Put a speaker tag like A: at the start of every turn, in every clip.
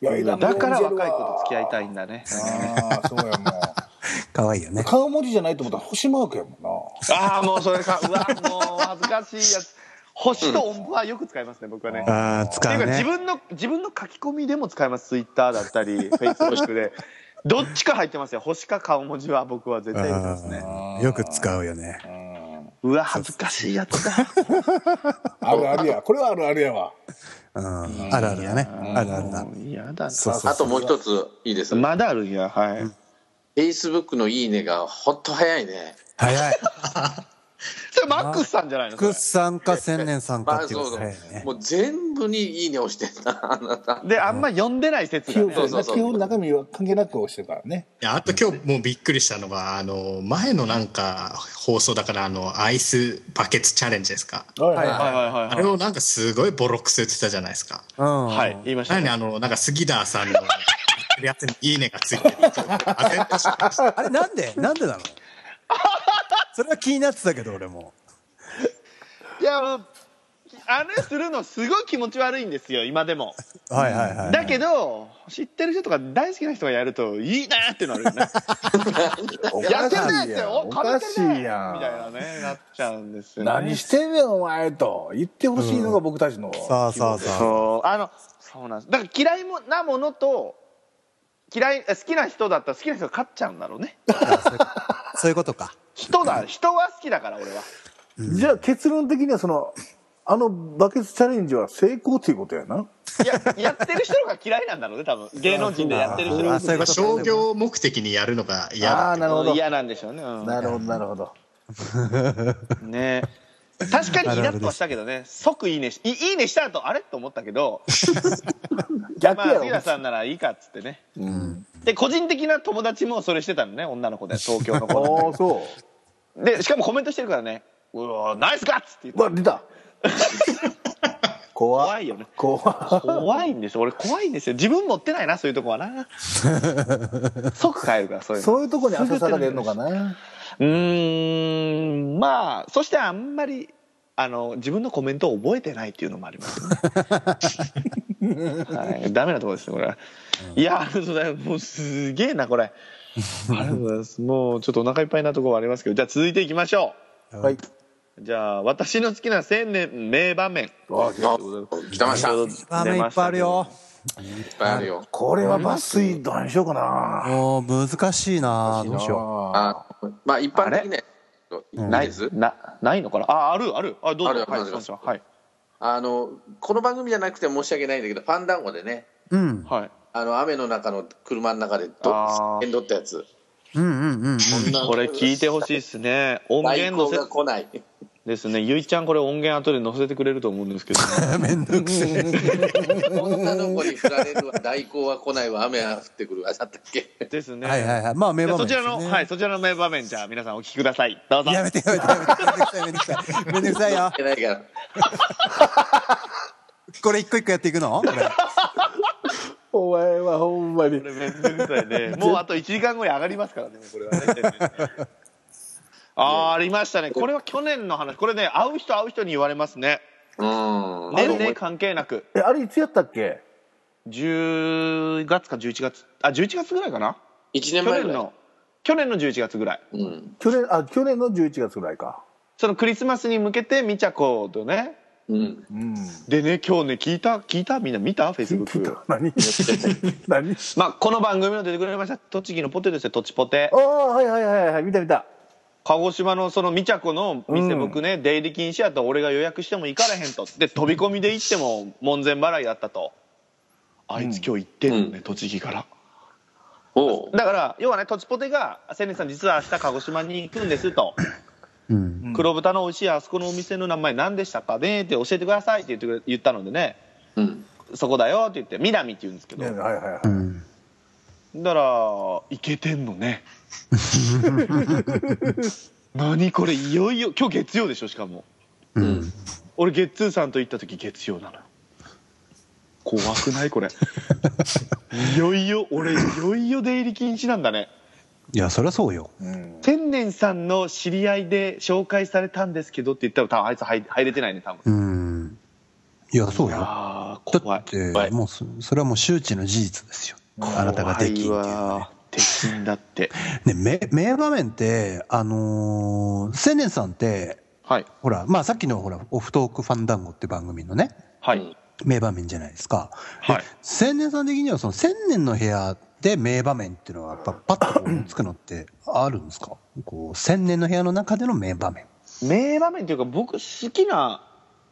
A: いや枝も
B: だから
A: 読んで
B: 若
A: る
B: い
A: わ
B: 子と付き合いたいんだね。
A: ああ、そうやも
C: 可愛いよ
A: う。
C: ね。
A: 顔文字じゃないと思ったら星マークやもんな。
B: ああ、もうそれか、うわ、もう恥ずかしいやつ。星と音符はよく使いますね、僕はね。っ
C: ああ、
B: て
C: 使
B: いう
C: う
B: か、自
C: ね。
B: 分の、自分の書き込みでも使います。ツイッターだったり、フェイスブックで。どっちか入ってますよ。星か顔文字は僕は絶対入れてますね。
C: あーよく使うよね。
A: うん
B: うわ、恥ずかしいやつだ。
A: あるあるや。これはあるあるやわ。
C: うん。あるあるだね。あるあるだ
B: も。う嫌だな。
C: そうそう
D: あともう一ついいです。フ
B: まだあるんや、はい。
D: ェイスブックのいいねがほんと早いね。
C: 早い。
B: それマックスさんじゃないのそ
C: 副
B: れ
C: 産か千年産
D: ま
C: か
D: あ
C: っていう
D: そ
C: こ
D: う
C: と
D: そう
C: 早いね。
D: もう全部にいいね押して んな、あなた。
B: で、あんま読んでない説
A: 基
B: が
A: 本
B: ね。
D: そうそうそう
A: 基本中身は関係なく押してるからね。
E: いやあと今日もうびっくりしたのがあの前のなんか放送だからあのアイスバケツチャレンジですか
A: はい
B: はいはいはい
E: あ
B: はい
E: れをなんかすごいボロクソ言ってたじゃないですか
C: うん。
B: はい。はい、言いまし
E: な
B: た
E: のに
B: ね。
E: あのなんか杉田さんのやつに「いいね」がついてるあ全然知らなかった
C: あれなんでなんでなのそれは気になってたけど俺も。
B: いや、もうあれするのすごい気持ち悪いんですよ、今でも。
C: はいはいはい。
B: だけど、知ってる人とか大好きな人がやると、いいなってなるよね。
A: お
B: や
A: かし
B: っ
A: て
B: な い
A: い
B: です
A: やん。
B: よ、
A: おかしいやん。
B: みたいなね、なっちゃうんですよ、ね。
A: 何してんねんお前と言ってほしいのが僕たちの、
C: さあさあさ
B: そうあのそうなんですだから嫌いもなものと嫌い好きな人だったら好きな人が勝っちゃうんだろうね
C: あ。そういうことか。
B: 人 だ人は好きだから俺は
A: じゃあ結論的にはそのあのバケツチャレンジは成功ということやない
B: ややってる人が嫌いなんだろうね多分芸能人でやってる人
C: あそういうこ
E: ま
C: とか
E: あ商業目的にやるのが嫌だ
A: ああなるほど
B: 嫌なんでしょうね、うん
A: なるほどなるほど
B: ね確かにイラッとはしたけどね即いいねしいいいねした後あれと思ったけどま
A: 逆
B: あ
A: や
B: 杉田
A: ろ
B: さんならいいかっつってね、で個人的な友達もそれしてたのね女の子で東京の子
A: おおそ
B: でしかもコメントしてるからね「うわナイスガッツ!」って言って
A: ううわ出た 怖
B: 怖いよね
A: 怖
B: 怖いんですよ俺怖いんですよ自分持ってないなそういうとこ はな即帰るからそういうの
A: そういうとこに浅さが出るのかな
B: うーんまあそしてあんまりあの自分のコメントを覚えてないっていうのもあり ます、ねはい、ダメなとこですねこれは、いやありがとうございますもうすげえなこれありがとうございますもうちょっとお腹いっぱいなところはありますけどじゃあ続いていきましょ
A: はい
B: うんじゃあ私の好きな千年名場面
A: わ
D: あ来てました。いっ
C: あめいっぱいあるよ。
D: ぱいあるよ。
A: これは抜粋どうにしようかな
C: もう難しいなどうしよ
A: あ
D: あまあ一般的にね、
B: な
D: ない
B: い
D: です。
B: なないのかなああるあるあどうぞ
D: あるある
B: はい
D: ある
B: そうしましょうはい
D: あの、この番組じゃなくて申し訳ないんだけど、ファンダンゴでね、
C: う。うん。
B: はい
D: あの雨の中の車の中で
B: あ
D: ど
B: ー
D: 縁取ったやつ。
C: うんうんうん
B: これ聞いてほしいですね音
D: 代
B: 源の
D: 行
B: せ
D: が来ない。
B: ですねゆいちゃんこれ音源後で載せてくれると思うんですけど
C: うん。めんどくせえ。
D: 女の子に振られるわ、代行は来ないわ、雨は降ってくるわ、だったっ け。
B: ですね
C: はいはいはい。まあ名
B: じゃあ
C: 場面
B: そち
C: です
B: ら
C: ね。
B: の、はい、そちらの名場面じゃあ皆さんお聞きくださいどうぞ
C: やめてやめてやめて。めんどくさいめんどくさい。めんどくさいよ
D: い。けないから。
C: これ一個一個やっていくのこれ。
A: お前はほんまに
B: これめんどくさいねもうあと1時間後に上がりますからねこ れはねあーありましたねこれは去年の話これね会う人会う人に言われますね
D: うん。
B: 年齢関係なく
A: えあれいつやったっけ
B: 10月か11月あ11月ぐらいかな
D: 1
B: 去
D: 年前
B: 年
D: ぐらい
B: の去年の11月ぐらい
D: うん。
A: 去年あ去年の11月ぐらいか
B: そのクリスマスに向けてみちゃことね
D: うん。
A: うん
B: でね今日ね聞いた聞いたみんな見たフェイスブック
A: 何何
B: まあこの番組の出てくれました栃木のポテトですよとちポテ
A: ああはいはいはいはい見た見た
B: 鹿児島のそのみちゃこの店、
A: うん
B: 僕ね出入り禁止やと俺が予約しても行かれへんとで飛び込みで行っても門前払いだったとあいつ今日行ってんのね、
D: う
B: 栃木から
D: おう
B: だから要はねとちポテが「千年さん実は明日鹿児島に行くんです」と
C: うん。
B: 「黒豚の美味しいあそこのお店の名前何でしたかね?」って教えてくださいって言ってくれ言ったのでね
D: うん。
B: 「そこだよ」って言って「南」って言うんですけど
A: はいはいはい
C: うん。
B: だからいけてんの ね何これいよいよ今日月曜でしょしかも
D: うん。
B: 俺月2さんと行った時月曜なのよ怖くない これいよいよ俺いよいよ出入り禁止なんだね
C: いや、そりゃそうよ。
B: 天然さんの知り合いで紹介されたんですけどって言ったら多分あいつ入入れてないね多分
C: うん。いや、そうよ。
B: ああ、怖
C: だ
B: い
C: っ。て
B: 怖い、
C: もうそ、それはもう周知の事実ですよ。あなたができっていうの
B: 怖い
C: はね
B: わできんだって。
C: ね、名名場面って、あのー、千年さんって、
B: はい。
C: ほら、まあさっきのほら、オフトークファンダンゴって番組のね、
B: はい。
C: 名場面じゃないですか。
B: はい。
C: 千年さん的には、その千年の部屋で名場面っていうのは、やっぱパッとこうつくのってあるんですかこう、千年の部屋の中での名場面。
B: 名場面というか、僕好きな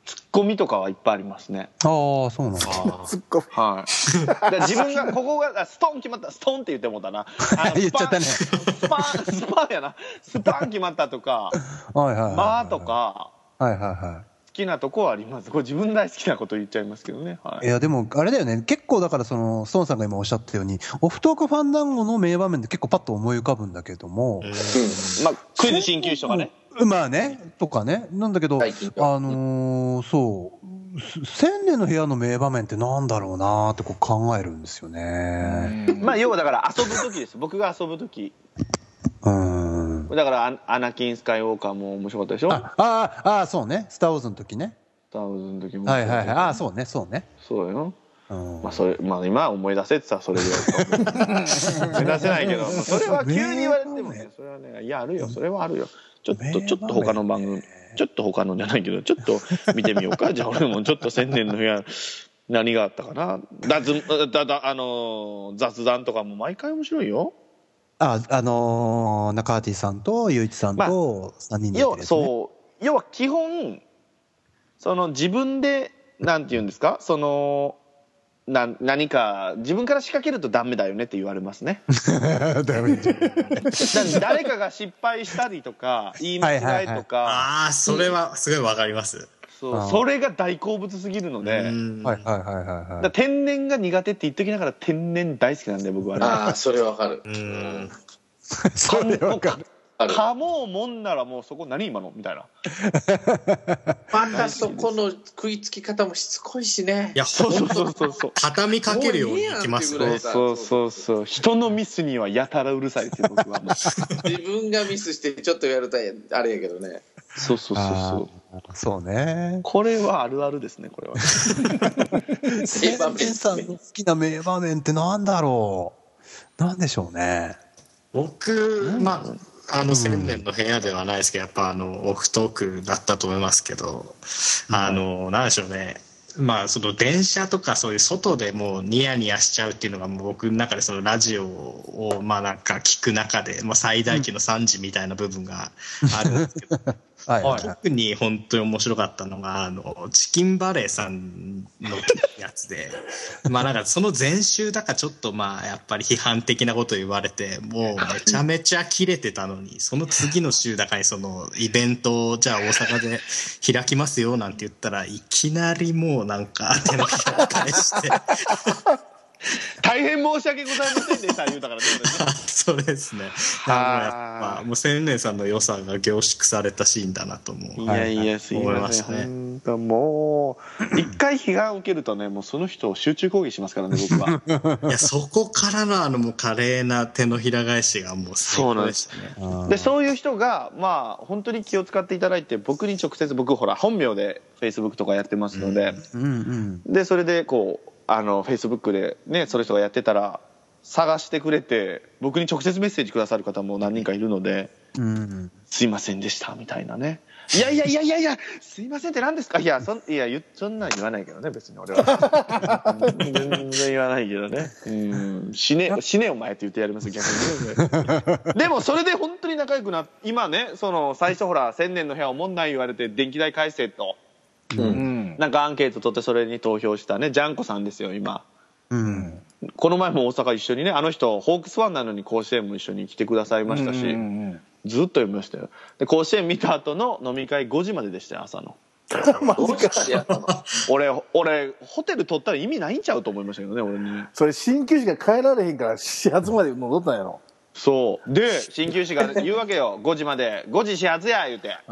B: ツッコミとかはいっぱいありますね。
C: ああ、そうなんだ。
E: あ
A: すっごい
B: はい。だから自 分が、ここが、あストン決まった、ストンって言ってもうたな。あの
C: 言っちゃったね
B: スパン、スパン、スパンやな。スパン決まったとか、
C: はいはいはいはい。
B: まあと。か、
C: はいはいは。
B: 好きなとこはあります。これ自分大好きなこと言っちゃいますけどね。はい
C: い
B: い。
C: や、でも、あれだよね。結構だから、その、孫さんが今おっしゃったように、オフトークファンダンゴの名場面って結構パッと思い浮かぶんだけども、
B: まあ、クイズ鍼灸師とかね。
C: うんまあね、とかね。なんだけど、あ
D: 最近は
C: のーそう、す千年の部屋の名場面ってなんだろうなーってこう考えるんですよね。
B: まあ、要はだから遊ぶ時です。僕が遊ぶ時。
C: うん。
B: だからア、アナキン・スカイウォーカーも面白かったでしょ
C: あ、あー、あー、そうね。スター・ウォーズの時ね。
B: スター・ウォーズの時も。
C: はいはいはい。ああ、そうね、そうね。
B: そうだよ。
C: うん
B: まあ、それ、まあ、今思い出せって言ったらそれぐらい。思い出せないけど、それは急に言われてもね、それはね、いや、あるよ、それはあるよ。ちょっと、ちょっと他の番組、ちょっと他のじゃないけど、ちょっと見てみようか。じ ゃあ、俺もちょっと千年の部屋、何があったかな。だず、だ、だ、あのー、雑談とかも毎回面白いよ。
C: あ、あのー、中畑さんと、ゆういちさん
B: まあ
C: と、三人でやっ
B: 要
C: て
B: は
C: るやつね、
B: そう要は基本その自分でなんて言うんですかそのな何か自分から仕掛けるとダメだよねって言われますね
C: ダメじゃん
B: だ誰かが失敗したりとか言い間違いとか、
E: あーそれはすごいわかります。
B: そう
C: あー
B: それが大好物すぎるので、
E: うん
C: はいはいはいはいは
B: だ
C: い。
B: 天然が苦手って言っときながら天然大好きなんで僕はね
D: ああ、それわかる。
E: うん
C: それわかる。
D: ある。
B: かもうもんならもうそこ何今のみたいな
D: またそこの食いつき方もしつこいしね。
E: いや、
B: そう
E: ほ
B: そ
E: ん
B: うそうそうそう
E: 畳みかけるようにいきます
D: もういい
E: よ
D: やんってぐら
B: そ
D: い。
B: うそうそう人のミスにはやたらうるさいっていう僕はもう
D: 自分がミスしてちょっとやるとあれやけどね。
B: そうそうそうそう
C: あーそうね。
B: これはあるあるですねこ れは
C: 千年さんの好きな名場面ってなんだろうなんでしょうね。
E: 僕、まあ、あの千年の部屋ではないですけど、やっぱあのオフトークだったと思いますけど、あの、なんでしょうね。まあ、その電車とかそういう外でもうニヤニヤしちゃうっていうのがもう僕の中でそのラジオをまあなんか聞く中で、まあ、最大級の惨事みたいな部分があるんですけど、
C: はいはいはい。
E: 特に本当に面白かったのがあのチキンバレーさんのや つでまあなんかその前週だかちょっとまあやっぱり批判的なこと言われてもうめちゃめちゃキレてたのにその次の週だかにそのイベントをじゃあ大阪で開きますよなんて言ったらいきなりもうなんか手のひらを返 して。
B: 大変申し訳ございませんでした言うたからね俺ね
E: そうですね。
B: は
E: あのやっぱもう千年さんの良さが凝縮されたシーンだなと思う。
B: いやいやすい
E: 思い
B: ま
E: ま
B: せん
E: したね
B: 本当もう一回批判を受けるとねもうその人を集中攻撃しますからね僕 は
E: いや、そこからのあのもう華麗な手のひら返しがもう最高でしたね。
B: でそういう人がまあ本当に気を使っていただいて僕に直接僕ほら本名でフェイスブックとかやってますので、
C: うんうん。
B: でそれでこうあのフェイスブックでねその人がやってたら探してくれて僕に直接メッセージくださる方も何人かいるので。
C: うん、
B: すいませんでしたみたいなね。いやいやいやいやいや、すいませんって何ですかいや、そん、いや、言っそんなん言わないけどね、別に俺は。うん全然言わないけどね。うん、死ね、死ねお前って言ってやります、逆にね。でも、それで本当に仲良くな、今ね、その、最初ほら、千年の部屋をもんない言われて、電気代返せと、
A: うん
B: なんかアンケート取ってそれに投票したね、ジャンコさんですよ、今。
C: うん、
B: この前も大阪一緒にね、あの人、ホークスファンなのに甲子園も一緒に来てくださいましたし、
A: うんうん
B: ずっと読みましたよで甲子園見た後の飲み会5時まででしたよ朝の
D: どうしたらやったの
B: 俺俺ホテル取ったら意味ないんちゃうと思いましたけどね俺に
A: それ鍼灸師が帰られへんから始発まで戻ったんやろ
B: そうで鍼灸師が言うわけよ5時まで5時始発や言うて「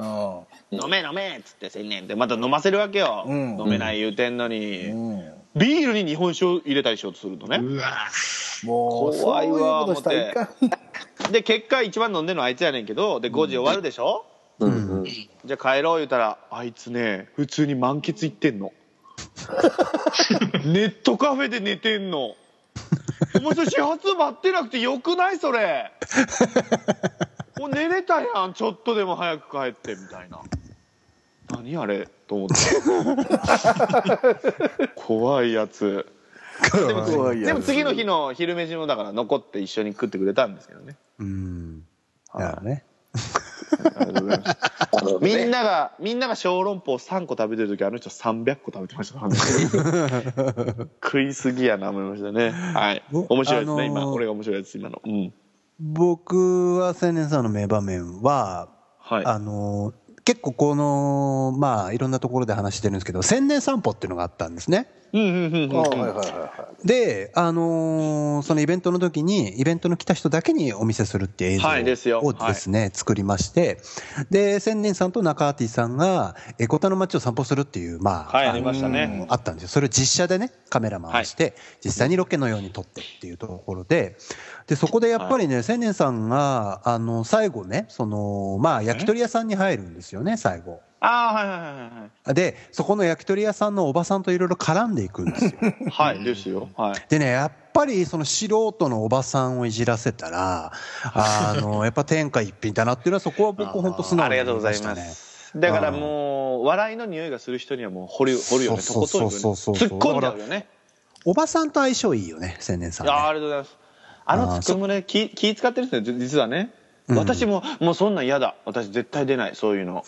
B: 飲め飲め」っつって千年ってまた飲ませるわけよ、
A: うん
B: 飲めない言うてんのに、
A: うん、うん、
B: ビールに日本酒を入れたりしようとするのね、
E: うわ
A: もう
B: 怖いわ
A: そういうことしたらいかん
B: で結果一番飲んでんのあいつやねんけどで5時終わるでしょ、
D: うんうん
B: じゃあ帰ろう言うたらあいつね普通に満喫行ってんの ネットカフェで寝てんのお前それ始発待ってなくてよくないそれもう寝れたやんちょっとでも早く帰ってみたいな何あれと思って怖いやつでも
A: 怖いやつ
B: でも次の日の昼飯もだから残って一緒に食ってくれたんですけどね
C: うん。だからね。
B: ありがとうございました
D: なるほど
B: み
D: ね
B: んながみんなが小籠包3個食べてる時あの人300個食べてましたからね 食いすぎやな思いましたねはい
C: お
B: 面白いですね、
C: あのー
B: 今俺が面白いです今のうん
C: 僕は青年さんの名場面は、
B: はい
C: あの結構このまあいろんなところで話してるんですけど千年散歩っていうのがあったんですね
B: うんうんうんうん
A: あはいはいはいは
C: であのーそのイベントの時にイベントの来た人だけにお見せするっていう映像を
B: はいですよはい
C: ですね、作りましてで千年さんと中アティさんがエコタの街を散歩するっていうまあ、
B: はい
C: あ
B: ありましたね
C: あったんですよそれを実写でねカメラ回して、実際にロケのように撮ってっていうところででそこでやっぱりね、千年さんがあの最後ねそのまあ焼き鳥屋さんに入るんですよね最後
B: ああはいはいはいはい
C: でそこの焼き鳥屋さんのおばさんといろいろ絡んでいくんですよ
B: はいですよはい
C: でねやっぱりその素人のおばさんをいじらせたらあ のやっぱ天下一品だなっていうのはそこは僕本当素直
B: あ
C: に
B: りがとうご
C: 思い
B: ざ
C: ま
B: い
C: した
B: ま
C: ね。
B: すだからもう笑いの匂いがする人にはもう掘り掘るよねと
C: そう
B: ことん
C: そ
B: 掘るよね
C: うそうそう
B: 突っ込んじゃうよね
C: おばさんと相性いいよね千年さん、ね、
B: あありがとうございますあのツッコミもね気気使ってるんですよじ実はね私も、もうそんなん嫌だ私絶対出ないそういうの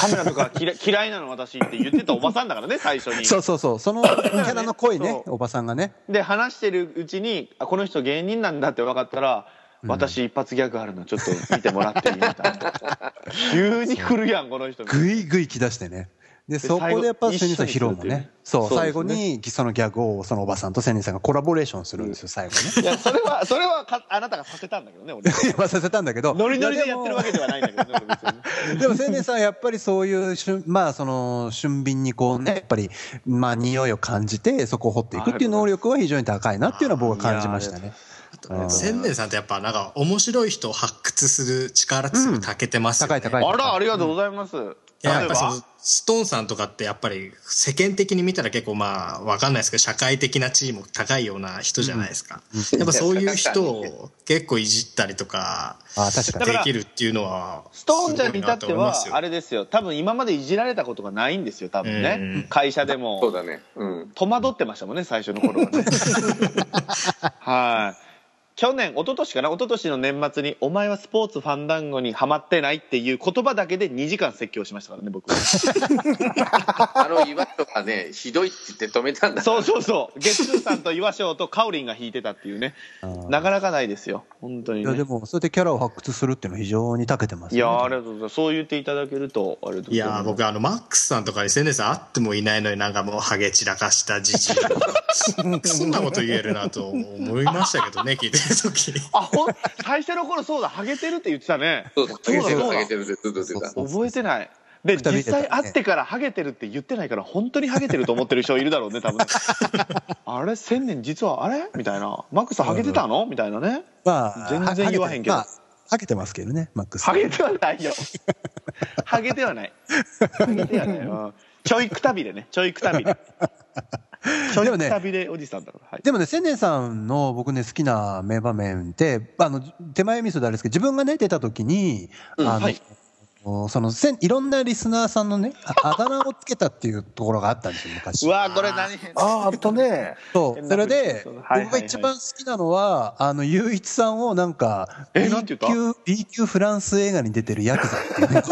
B: カメラとか嫌い嫌いなの私って言ってたおばさんだからね最初に
C: そうそうそうそのキャラの濃いね
B: そ
C: おばさんがね
B: で話してるうちにあこの人芸人なんだって分かったら、私一発ギャグあるのちょっと見てもらっていいみたいな急に来るやんこの人
C: ぐいぐい来だしてねでそこでやっぱ千年さん披露もね
B: 最
C: そ
B: 後一緒に
C: う最
B: するっ
C: 後
B: ていう
C: にそのギャグをそのおばさんと千年さんがコラボレーションするんですよ最後ね
B: いやそれはそれはかあなたがさせたんだけどね俺
C: まあさせたんだけど
B: ノリノリでやってるわけではないんだけどね別にね
C: でも青年さんはやっぱりそういう瞬、まあその俊敏にこうね、やっぱり、まあ匂いを感じてそこを掘っていくっていう能力は非常に高いなっていうのは僕は感じましたね。うん
E: 千年さんってやっぱなんか面白い人を発掘する力ってすごい長けてますよね。
C: 高い高い。
B: あらありがとうございます、
E: いややっぱりそのストーンさんとかってやっぱり世間的に見たら結構まあわかんないですけど社会的な地位も高いような人じゃないですか、やっぱそういう人を結構いじったりとか
C: あ確か
E: で
C: に。
E: きるっていうのは
B: ストーンちゃんに至って
E: すご
B: は
E: いなと思いますよ
B: あれですよ多分今までいじられたことがないんですよ多分ね、
E: うん
B: 会社で
D: そう
B: も
D: だね。うん。
B: 戸惑ってましたもんね最初の頃は ねはい去年一昨年かな一昨年の年末に「お前はスポーツファンダンゴにはまってない」っていう言葉だけで2時間説教しましたからね 僕は
D: あの岩とかね、ひどいって言って止めたんだ。
B: そうそうそう月通さんと岩翔とカオリンが弾いてたっていうねなかなかないですよ本当に、
C: い
B: ね、
C: やでもそうやってキャラを発掘するっていうのは非常に長けてます、
B: い
C: ね。
B: やーありがとうございますそう言っていただけるとありがとうござ
E: い
B: います
E: やー僕あのマックスさんとかに千年さん会ってもいないのになんかもうハゲ散らかしたじ じいそんなこと言えるなと思いましたけどね聞いてる時
B: あほん最初の頃そうだハゲてるって言ってたね
D: そうそう。下げてる
B: そうだそうだ
D: 下げてるってずっと言ってた。
B: 覚えてないで
C: 二人で
B: 実際会ってからハゲてるって言ってないから本当にハゲてると思ってる人いるだろうね多 分あれ千年実はあれみたいなマックスハゲてたのみたいなね
C: まあ、
B: 全然言わへんけど
C: はははけてますけどね、マックス。
B: ハゲてはないよハゲてはないハゲてはない、うんちょいくたびれねちょいくたびれちょい
C: でも
B: く
C: ね
B: たびれおじさんだから、はい、
C: でもね、千年さんの僕ね、好きな名場面って、あの、手前味噌であれですけど、自分がね、出た時に、あの、
B: はい
C: そのせんいろんなリスナーさん のね、ああだ名をつけたっていうところがあったんですよ、昔。
B: うわーこれ何
A: あああったね
C: そう、
B: 変
C: そ
B: な
C: れ
B: 振り
C: で、
B: そうそうはいはいはい
C: 僕が一番好きなのは、あの、ゆういちさんをなんか、
B: え
C: B
B: なんて言
C: 級、B 級フランス映画に出てるヤクザって いうね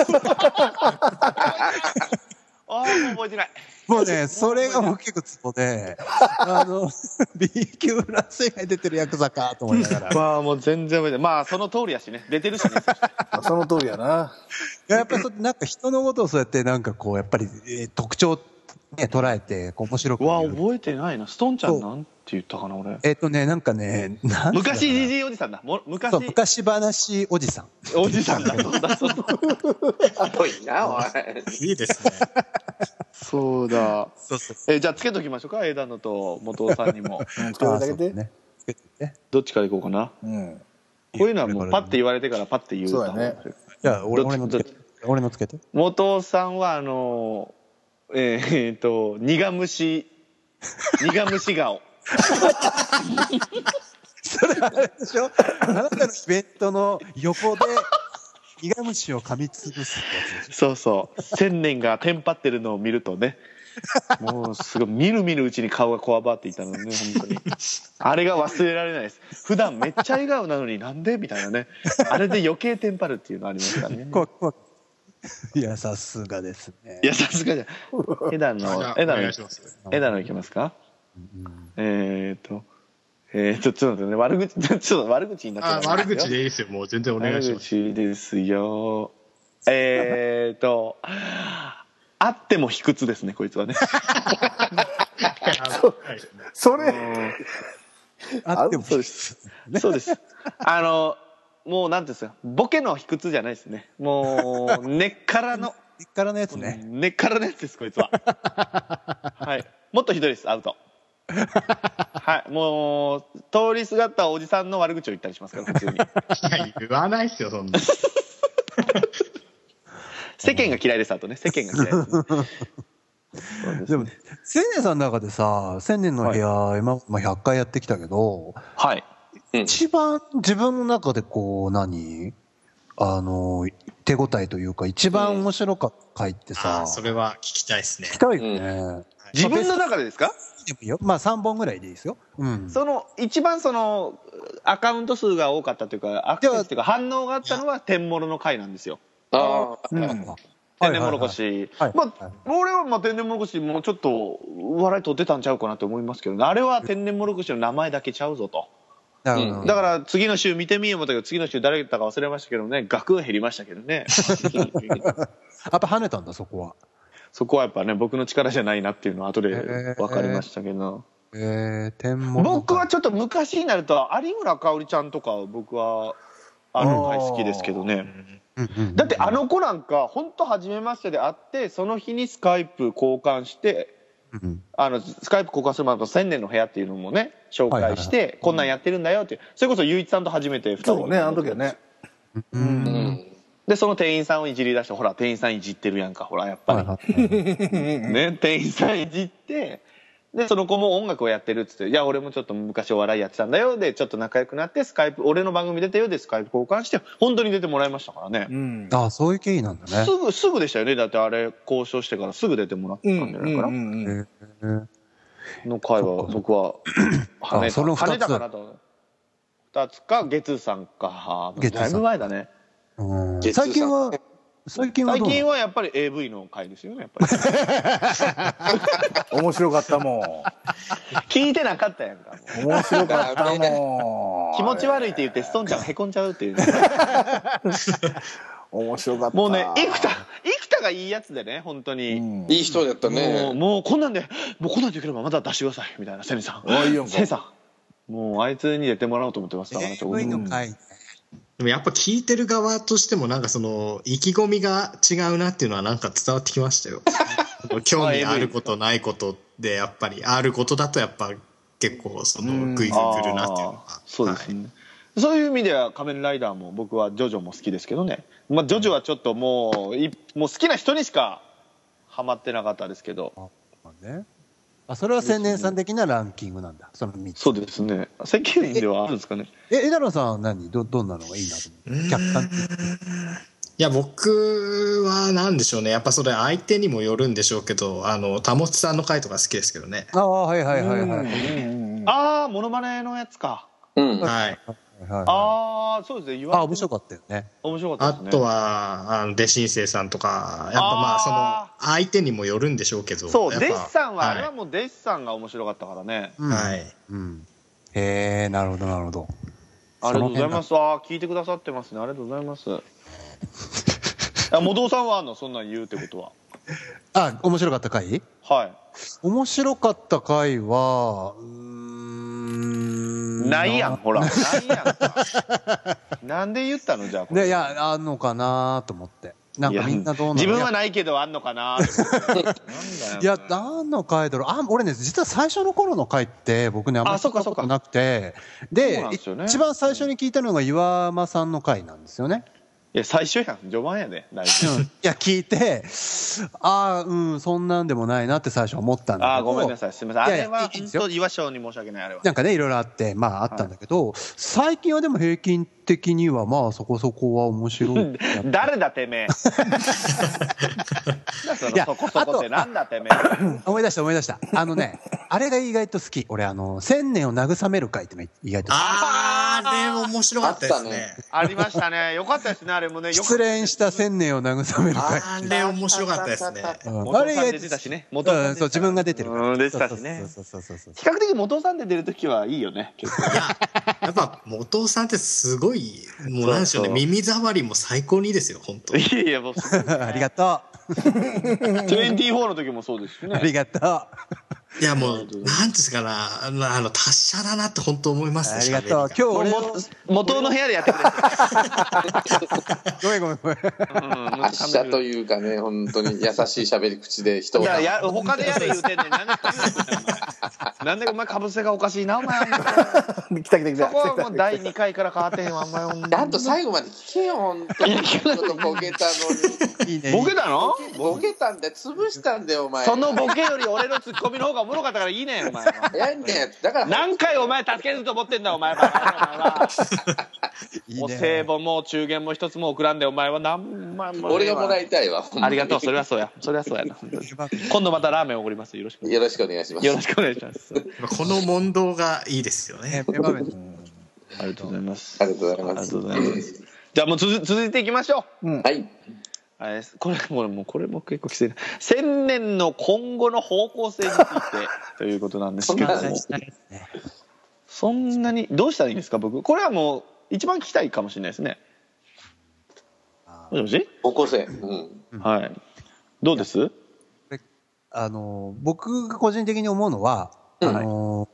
B: ああもう覚えてない
C: もうね、それが僕結構ツボで、あの、B 級フランス映画に出てるヤクザかと思いながら。
B: まあもう全然覚えてないまあその通りやしね出て るしね
A: まあその通りやな
C: やっぱりそうなんか人のことをそうやってなんかこうやっぱり、えー特徴ね捉えてこう面白く
B: うわ
C: 言う
B: 覚えてないなストンちゃ
C: そ
B: ん
C: う
B: なんて言ったかな俺
C: えっ、とねなんかねなんつうのかな
B: 昔じじいおじさんだも昔
C: そう昔話おじさん
B: おじさんだ そうだそうだ
D: ひどいな、おい。
E: いいですね
B: そうだ
C: そうそう
B: えじゃあつけときましょうか枝野と元尾さんに も
A: うんそれだけで
C: ねつけてね
B: どっちからいこうかな
A: うん
B: こういうのはもうパッて言われてからパッて言う
A: そうだね
C: じゃあ俺
B: どっ
C: 俺
B: ち
C: のつけて俺のつけて
B: 元尾さんはあのーえーえーっと苦虫苦虫顔。
C: それはあれでしょあなたのイベントの横で、苦虫を噛みつぶすってやつでし
B: そうそう。千年がテンパってるのを見ると ね、もうすごい、見る見るうちに顔がこわばっていたのね、本当に。あれが忘れられないです。普段めっちゃ笑顔なのになんでみたいなね。あれで余計テンパるっていうのありましたね
C: ょ。。怖い怖い。いや、さすがですね。
B: いや、さすがじゃん。枝の、
E: お
B: 枝
E: 願
B: の
E: いし、ます。
B: 枝のいきますか
C: うん
B: えーっと、えーっと、ちょっと待ってね、悪口、ちょっと悪口になっちゃ
E: あ
B: っ、た
E: 悪口でいいですよ。もう全然お願いします。
B: 悪口ですよ。えーっと、あっても卑屈ですね、こいつはね。
E: はい
A: それ、
C: あっても、
B: そうです。 そうです。あの、もうなんていうんですか、ボケの卑屈じゃないですね。もう、根っからの、
C: 根っからのやつね。
B: 根っからのやつです、こいつ は。はい。もっとひどいです、アウト。はい。もう、通りすがったおじさんの悪口を言ったりしますから、普通に。
E: いや言わないですよ、そんな。
B: 世間が嫌いです、あとね。世間が嫌いです、ね。
C: でも、千年さんの中でさ、千年の部屋、今、まあ、100回やってきたけど、
B: はい。
C: 一番自分の中でこう、何あの、手応えというか、一番面白かった回って
E: あ
C: さ、
E: ーそれは聞きたいですね
C: 聞き。たいよね。
B: 自分の中でですか
C: でもいいよまあ3本ぐらいでいいですよ。うん。
B: その、一番その、アカウント数が多かったというか、アクセスというか、反応があったのは、天物の回なんですよ。
D: ああ、
A: うん
B: 天然もろこし。
C: はいはいはい
B: まあ、俺はまあ天然もろこし、もうちょっと、笑い取ってたんちゃうかなと思いますけどね、あれは天然もろこしの名前だけちゃうぞと。
C: なるほど。
B: だから、次の週見てみようもたけど、次の週誰だったか忘れましたけどね、額は減りましたけど ね。
C: やっぱ跳ねたんだ、そこは。
B: そこはやっぱね、僕の力じゃないなっていうのは後で分かりましたけど。
C: えー、天文の
B: 僕はちょっと昔になると、有村香織ちゃんとか僕は、あの回好きですけどね。
C: うんうん
B: だってあの子なんか本当初めましてで会ってその日にスカイプ交換して
C: うん
B: あのスカイプ交換する前の千年の部屋っていうのもね紹介して、こんなんやってるんだよってそれこそゆういちさんと初めて2人
A: そうね、あの時はね。
C: う。
D: うんん。
B: でその店員さんをいじり出してほら店員さんいじってるやんかほらやっぱり、
C: はいはい
B: ね、店員さんいじって、で、その子も音楽をやってるっつって、いや、俺もちょっと昔お笑いやってたんだよ、で、ちょっと仲良くなって、スカイプ、俺の番組出てよ、で、スカイプ交換して、本当に出てもらいましたからね。
A: うん。
C: あ、そういう経緯なんだ
B: す
C: ね。
B: ぐ、すぐでしたよね。だってあれ、交渉してからすぐ出てもらった
A: うんん
B: じゃ
A: うん
B: ないかな。
A: うんうん
B: の回は、僕は、跳ね
C: あ
B: た。
C: その二つ
B: 跳ねたかなと。二つか、月さんか。
C: 月さん
B: だいぶ前だね。
C: うん
D: 月
C: 最近は、最近は
B: 最
C: どうな
B: 近
C: の
B: はやっぱり AV の回ですよね、やっぱ り。
A: 面白かったも。
B: 聞いてなかったやんか。もうん
A: 面白かったもん。
B: 気持ち悪いって言って、ストンちゃんがへこんじゃうっていう。
A: 面白かった。
B: もうね、幾田、幾田がいいやつでね、本当
A: う
B: に。
A: ん。
D: いい人だった
B: もう、
D: ね。
B: もうこんなんで、もうこんなんでよければまだ出してください、みたいな、セミさん。
A: あいいやんか
B: セミさん。もう、あいつに出てもらおうと思ってます。だからちょっと
C: AV の回。
E: でもやっぱ聞いてる側としてもなんかその意気込みが違うなっていうのはなんか伝わってき ましたよ。興味あることないことでやっぱりあることだとやっぱ結構そのグイグイくるなっていうの
B: あ
E: は
B: ー。そうですね、そういう意味では仮面ライダーも僕はジョジョも好きですけどね、まあ、ジョジョはちょっともういもう好きな人にしかハマってなかったですけど
C: まあねあ、それは千年さん的なランキングなんだ。その3つ。
B: そうですね世間ではあるんですかね
C: え、枝野さんは何ど、どんなのがいいなと思う客観的に
E: いや、僕はなんでしょうね。やっぱそれ相手にもよるんでしょうけど、あの、たもつさんの回とか好きですけどね。
C: ああ、はいはいはいはい。はい
B: ああモノマネのやつか
D: うん。
E: はい。
C: はい
B: ああそうですね言われ
C: あ、
B: て
C: 面白かったよね。
B: 面白か
E: あ
B: ったですね
E: とは、あの、デシンセイさんとか、やっぱまあ、そ
B: あ
E: の、相手にもよるんでしょうけど。
B: そう
E: やっ
B: デ
E: ぱ
B: ッサンは、あれはいもうデッサンが面白かったからね
C: うん
E: はい。
C: うん。へえ、なるほど、なるほど。
B: ありがとうございますああー聞いてくださってますねありがとうございますあもどうさんはあんのそんなん言うってことは
C: あ、面白かった回
B: はい
C: 面白かった回は、うーん
B: ないやん、。 ほら。ないやんか。なんで言ったのじゃあこれ
C: でいや、あんのかなと思って。なんかみんなどうなの
B: いや自分はないけどあんのかなってことなんだよ
C: いや、何の回だろう。あ、俺ね、実は最初の頃の回って、僕ね、あんまり
B: あそっかそっか
C: 聞いたことなくて、
B: そう
C: で
B: なんですよね
C: 一番最初に聞いたのが岩間さんの回なんですよね。
B: いや最終やん序盤やでだい
C: うんいや、聞いて、ああ、うん、そんなんでもないなって最初思ったんだけ
B: ぶ
C: ど。
B: ああごめんなさいすみませんあ
C: いやい
B: れ
C: や
B: はい
C: いん
B: 本
C: ですよ
B: 当岩翔に申し訳ないあれは
C: なんかね、いろいろあって、まああったんだけど、最近はでも平均的には、まあそこそこは面白 い。
B: 誰だてめえ そ
C: い
B: の
C: や
B: そこそこってなんだてめえ
C: 思い出した思い出した。あのね、あれが意外と好き。俺、あの、千年を慰める会ってのが意外と好き。
E: あー、でも面白かったですね。
B: ありました ねよかったですねあれもねよか
C: 失恋した千年を慰める会。
E: あれ面白かったですね。
C: うん
B: 元
C: あ
B: 尾
C: れ意
B: さん
C: 外
B: 出
C: と
B: てたしね
C: う
B: 元尾さん出てた
C: ん、そう、自分が出てるから。
B: うん出てたしね
C: そうそうそうそうそう
B: 比較的元尾さんで出るときはいいよね結構
E: やっぱ元尾さんってすごい、もうなんでし
B: そ
E: ょうね、
B: うそう
E: 耳障りも最高にいいですよ、本当。
B: いやいやもうすごい ね
C: ありがと
B: 24の時もそうですし
C: う。あり
B: ね
C: がとう。あ
E: いやもう、なんていうんですかな、あのあの、達者だなって本当思いますね、
C: りがとう。今
E: 喋り
C: 日
B: もう
C: 俺を
B: も、元尾の部屋でやってくれて
C: ごめんごめんごめん。
D: あっしゃというかね、本当に優しい喋り口で人を
B: だからや他でやれ言うてんねんなんでなんでお前かぶせがおかしいなお前
A: 来た来た来
B: そ
A: た
B: こはもう第2回から変わってへんわお前ほんま
D: ちゃんと最後まで聞けよ、本当に。ちょっとボケたのに。
C: いいね。
B: ボケたの
D: ボケたんで潰したんだよ、お前。
B: そのボケより俺のツッコミの方がおもろかったからいいねんお前は
D: 早いんだよ。だから、
B: 何回お前助けると思ってんだお前バカ野郎お前はい
C: い
B: お
C: ね
B: 歳。暮も中元も一つも送らんでお前は何万も
D: 俺がもらいたいわ。
B: ありがとうそれはそうやそれはそうやな本当に今度またラーメンおごりますよろしく
D: よろしくお願いします。
B: よろしくお願いします
E: 方がこの問答がいいですよね
C: ね。名場面
B: ありがとうございます
D: ありがとうござい
B: あ
D: ます
B: りがとうございますじゃあもう続続いていきましょう
D: はい。
B: あれですこれもうもうこれも結構きついな千年の今後の方向性についてということなんですけども
D: そんな
B: そんなにどうしたらいいんですか僕これはもう一番聞きたいかもしれないですね
C: あ
B: もしもし、
D: 高校生。うん。
C: うん
B: はいどうです
C: あの僕が個人的に思うのは、
D: うん
C: あの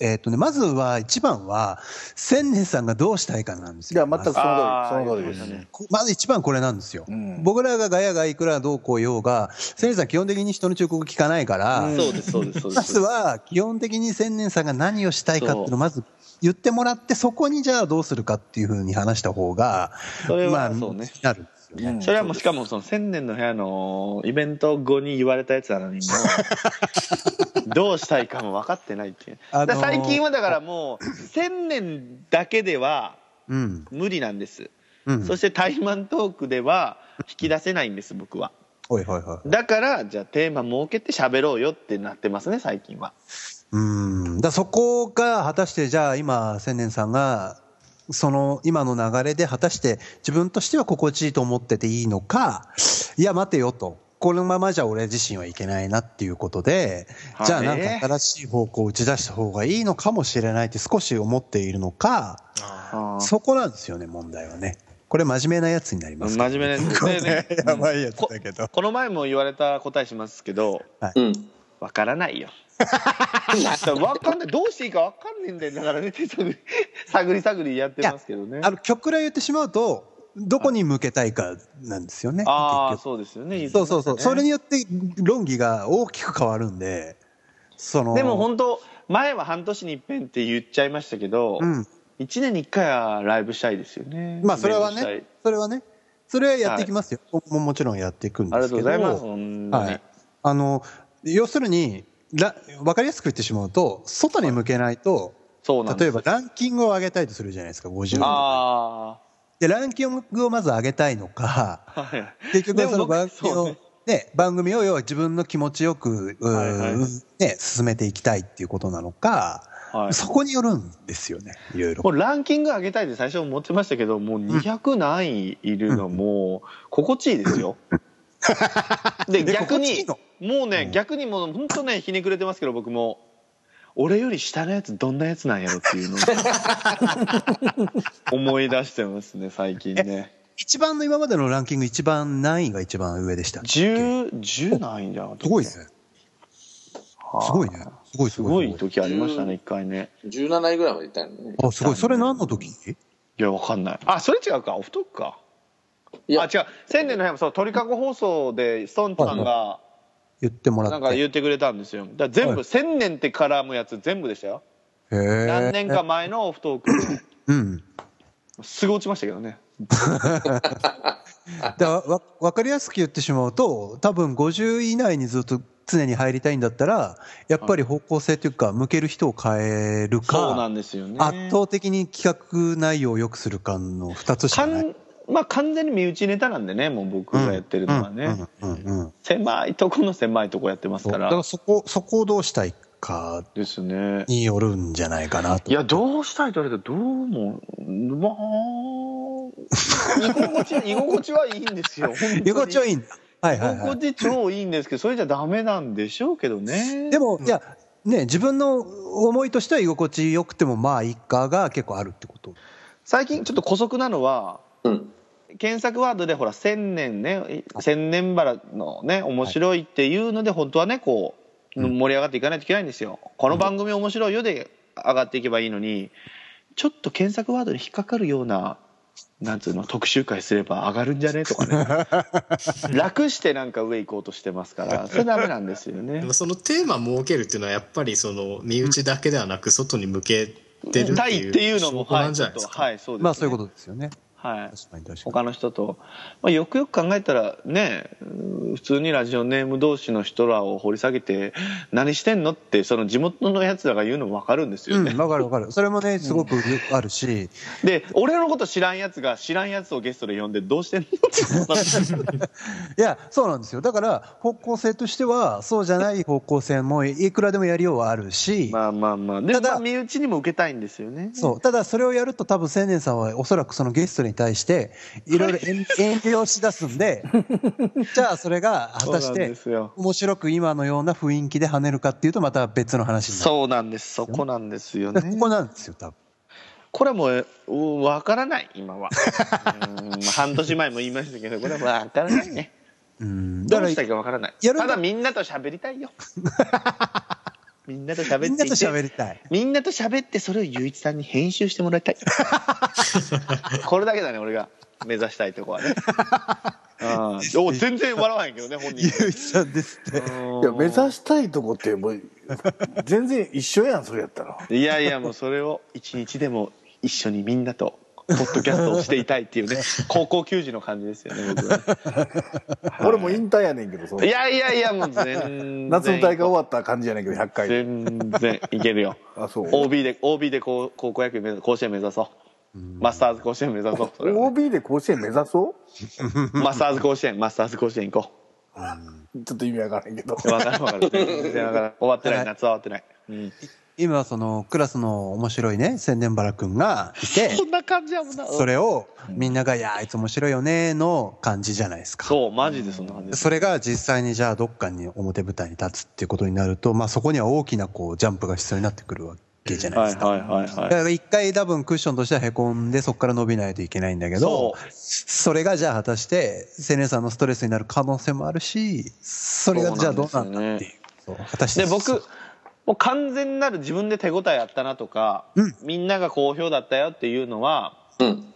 C: えっ、とねまずは一番は千年さんがどうしたいかなんです
A: いや
C: よ。
A: 全くその
B: あー
A: 通りその通りです、
B: 言ってましたね
C: こまず一番これなんですよ。
A: うん
C: 僕らがガヤがいくらどうこう言おうが、千年さん基本的に人の忠告聞かないから、
A: うん
B: そうですそうですそうで
C: ますずは基本的に千年さんが何をしたいかっていうのをまず言ってもらって、そこにじゃあどうするかっていうふうに話した方が、
B: それ
C: ま
B: は
C: あ、
B: そうね、
C: なるんですよね。
A: うん
B: それはもうしかもその千年の部屋のイベント後に言われたやつなのにも うどうしたいかも分かってないっていう、
C: あのー
B: だから最近はだからもう千年だけでは
C: うん。
B: 無理なんです、
C: うん。
B: そして対マントークでは引き出せないんです僕は
C: はいはいはい。
B: だからじゃあテーマ設けて喋ろうよってなってますね最近は
C: うん、だからそこが果たしてじゃあ今千年さんがその今の流れで果たして自分としては心地いいと思ってていいのかいや待てよとこのままじゃ俺自身はいけないなっていうことで
B: はい
C: じゃあなんか新しい方向を打ち出した方がいいのかもしれないって少し思っているのか
E: あ
B: あー
C: そこなんですよね問題はねこれ真面目なやつになります
B: 真
C: けど
B: 面目なやつですねね
C: やばいやつだけど
B: この前も言われた答えしますけど
D: うん。
B: わからないよ。わかんない。どうしていいかわかんねえんだよ。だからね、手探り、探り探りやってますけどね。
C: あの極論言ってしまうとどこに向けたいかなんですよね
B: ああ、
C: 結局
B: そうですよね。
C: そうそうそう。それ
B: に。
C: によって論議が大きく変わるんで、その。
B: でも本当、前は半年に一遍って言っちゃいましたけど、
C: うん。
B: 一年に一回はライブしたいですよね。
C: まあそれは
B: イベントしたい
C: ね、それはね、それはやっていきますよ。ももちろんやっていくん
B: ありが
C: です
B: とう
C: け
B: ご
C: ど。
B: ざいます。本当に
C: はい。あの、要するに、らわかりやすく言ってしまうと、外に向けないと、
B: そうなんです
C: 例えばランキングを上げたいとするじゃないですか、50人。
B: あ
C: で、ランキングをまず上げたいのか、
B: あ。はい。
C: 結局はその番
B: で
C: 組
B: も僕
C: を、
B: そう
C: ね
B: ね
C: 番組を要は自分の気持ちよく、うー
B: はいはいはい
C: ね、進めていきたいっていうことなのか、
B: はい
C: そこによるんですよねいろい
B: も
C: ろ
B: うランキング上げたいって最初思ってましたけど、もう200何位いるのも心地いいです よ。で、
C: で
B: 逆
C: 心地い
B: に
C: いの、
B: もうね
C: う、ん
B: 逆にもう本当ね、ひねくれてますけど、僕も。俺より下のやつどんなやつなんやろっていうのを 思い出してますね、最近ね。
C: 一番の今までのランキング一番何位が一番上でした
B: 10、10何位じゃなかったっけ
C: すごいですねすごいねすごい
B: す
C: す
B: ご
C: ごい
B: い時ありましたね、一回ね。
D: 17位ぐらいまでいったんだね。
C: あすごいそれ何の時
B: いや、わかんない。あ、それ違うか、オフトークか。
D: いや
B: あ、違う。千年の部屋もそう、鳥かご放送で、ストンちゃんが、
C: 言ってもら
B: なん
C: っ
B: か
C: てへ
B: 言ってくれたんですよだから全
C: は
B: 部千年って絡むやつ全部でしたよ
C: え
B: 何年か前のオフトーク
C: うん
B: すぐ落ちましたけどね
C: だわ分かりやすく言ってしまうと多分50以内にずっと常に入りたいんだったらやっぱり方向性というか向ける人を変える
B: そうな
C: か
B: んですよね
C: 圧倒的に企画内容を良くするかの2つし
B: か
C: かない。
B: んまあ完全に身内ネタなんでねもう僕がやってるのはね、
C: うんうんうんうん
B: 狭いとこの狭いとこやってます
C: そう
B: か
C: だ
B: ら
C: からそこそこをどうしたいか
B: ですね
C: によるんじゃないかなと
B: いやどうしたいと言われてどうもまあ 居心地居心地はいいんですよ
C: 居心地はい
B: い
C: いんだはい
B: 居
C: はい、はい
B: 心、地超いいんですけどそれじゃダメなんでしょうけどね
C: でも、いやね自分の思いとしては居心地よくてもまあいいかが結構あるってこと
B: 最近ちょっと姑息なのは
D: うん。
B: 検索ワードでほら千年ね千年バラのね面白いっていうので本当はねこう
C: うん
B: 盛り上がっていかないといけないんですよ、この番組面白いよで上がっていけばいいのにちょっと検索ワードに引っかかるようななんつうの特集会すれば上がるんじゃねとか ね楽してなんか上行こうとしてますからそれダメなんですよね
E: でもそのテーマ設けるっていうのはやっぱりその身内だけではなく外に向けてる
B: たいっていうのも
E: 証拠
B: は
E: ないん
B: ち
E: じ
B: ょ
E: ゃな
B: っ
E: いで
B: と
E: すか。
B: はいそうです、ね、
C: まあそういうことですよね
B: はい
C: 確かに確か
B: 他の人と、まあ、よくよく考えたらねうん普通にラジオネーム同士の人らを掘り下げて何してんのってその地元のやつらが言うの分かるんです
C: に
B: よ
C: う
B: ね、
C: んわかるわかるそれもねすごくあるし、
B: で俺のこと知らんやつが知らんやつをゲストで呼んでどうしてんの って
C: いやそうなんですよだから方向性としてはそうじゃない方向性もいくらでもやりようはあるし、
B: まあまあまあで
C: た
B: も
C: だ
B: まあ身内にも受けたいんですよね
C: そうただそれをやると多分青年さんはおそらくそのゲストに対していろいろ遠遠慮しだす んでじゃあそれが果た
B: そう
C: し
B: なん
C: て
B: ですよ
C: 面白く今のような雰囲気で跳ねるかっていうとまた別の話になる
B: そうなんですそこなんですよ
C: だから
B: ね
C: ここなんですよ多分
B: これはもううんわからない今はうん半年前も言いましたけどこれはわからないね
C: うん
B: ど
C: だか
B: う
C: ら
B: したいかわからない。
C: やるんだ
B: ただみんなと喋りたいよ。みんなと喋っていて
C: みんなと喋 りたい
B: みんなと喋ってそれをゆういちさんに編集してもらいたい。これだけだね俺が目指したいとこはね。うんお全然笑わへんけどね本
C: ゆ
B: 人。
C: ういちさんですって
A: いや目指したいとこってもう全然一緒やんそれやったら
B: いやいやもうそれを一日でも一緒にみんなと。ポッドキャストをしていたいっていうね高校球児の感じですよね僕は
A: 俺もう引退やねんけどその
B: いやいやいやもう全然
A: 夏の大会終わった感じやねんけど100回
B: 全然いけるよ
A: あそう
B: OB で OB で高高校野球目指甲子園目指そうマスターズ甲子園目指そうそれは
A: OB で甲子園目指そ
B: マスターズ甲子園マスターズ甲子園行こ
A: うちょっと意味わからへんけど
B: う分かる分か る全然わからん終わってない夏は終わってない、うん、
C: 今そのクラスの面白いね千年原くんがいて
B: そんな感じやもんな
C: それをみんなが「いやあいつ面白いよね」の感じじゃないですか
B: そうマジでそんな感じです
C: それが実際にじゃあどっかに表舞台に立つっていうことになると、まあ、そこには大きなこうジャンプが必要になってくるわけじゃない
B: はい
C: ですか。
B: はいはい
C: だ
B: は
C: から一回多分クッションとしてはへこんでそこから伸びないといけないんだけ
B: い
C: ど
B: そ
C: それがじゃあ果たして青年さんのストレスになる可能性もあるしそれがじゃあどうなんだっていうそう果たし
B: う
C: て
B: で僕もう完全なる自分で手応えあったなとか、
C: うん
B: みんなが好評だったよっていうのは
D: うん。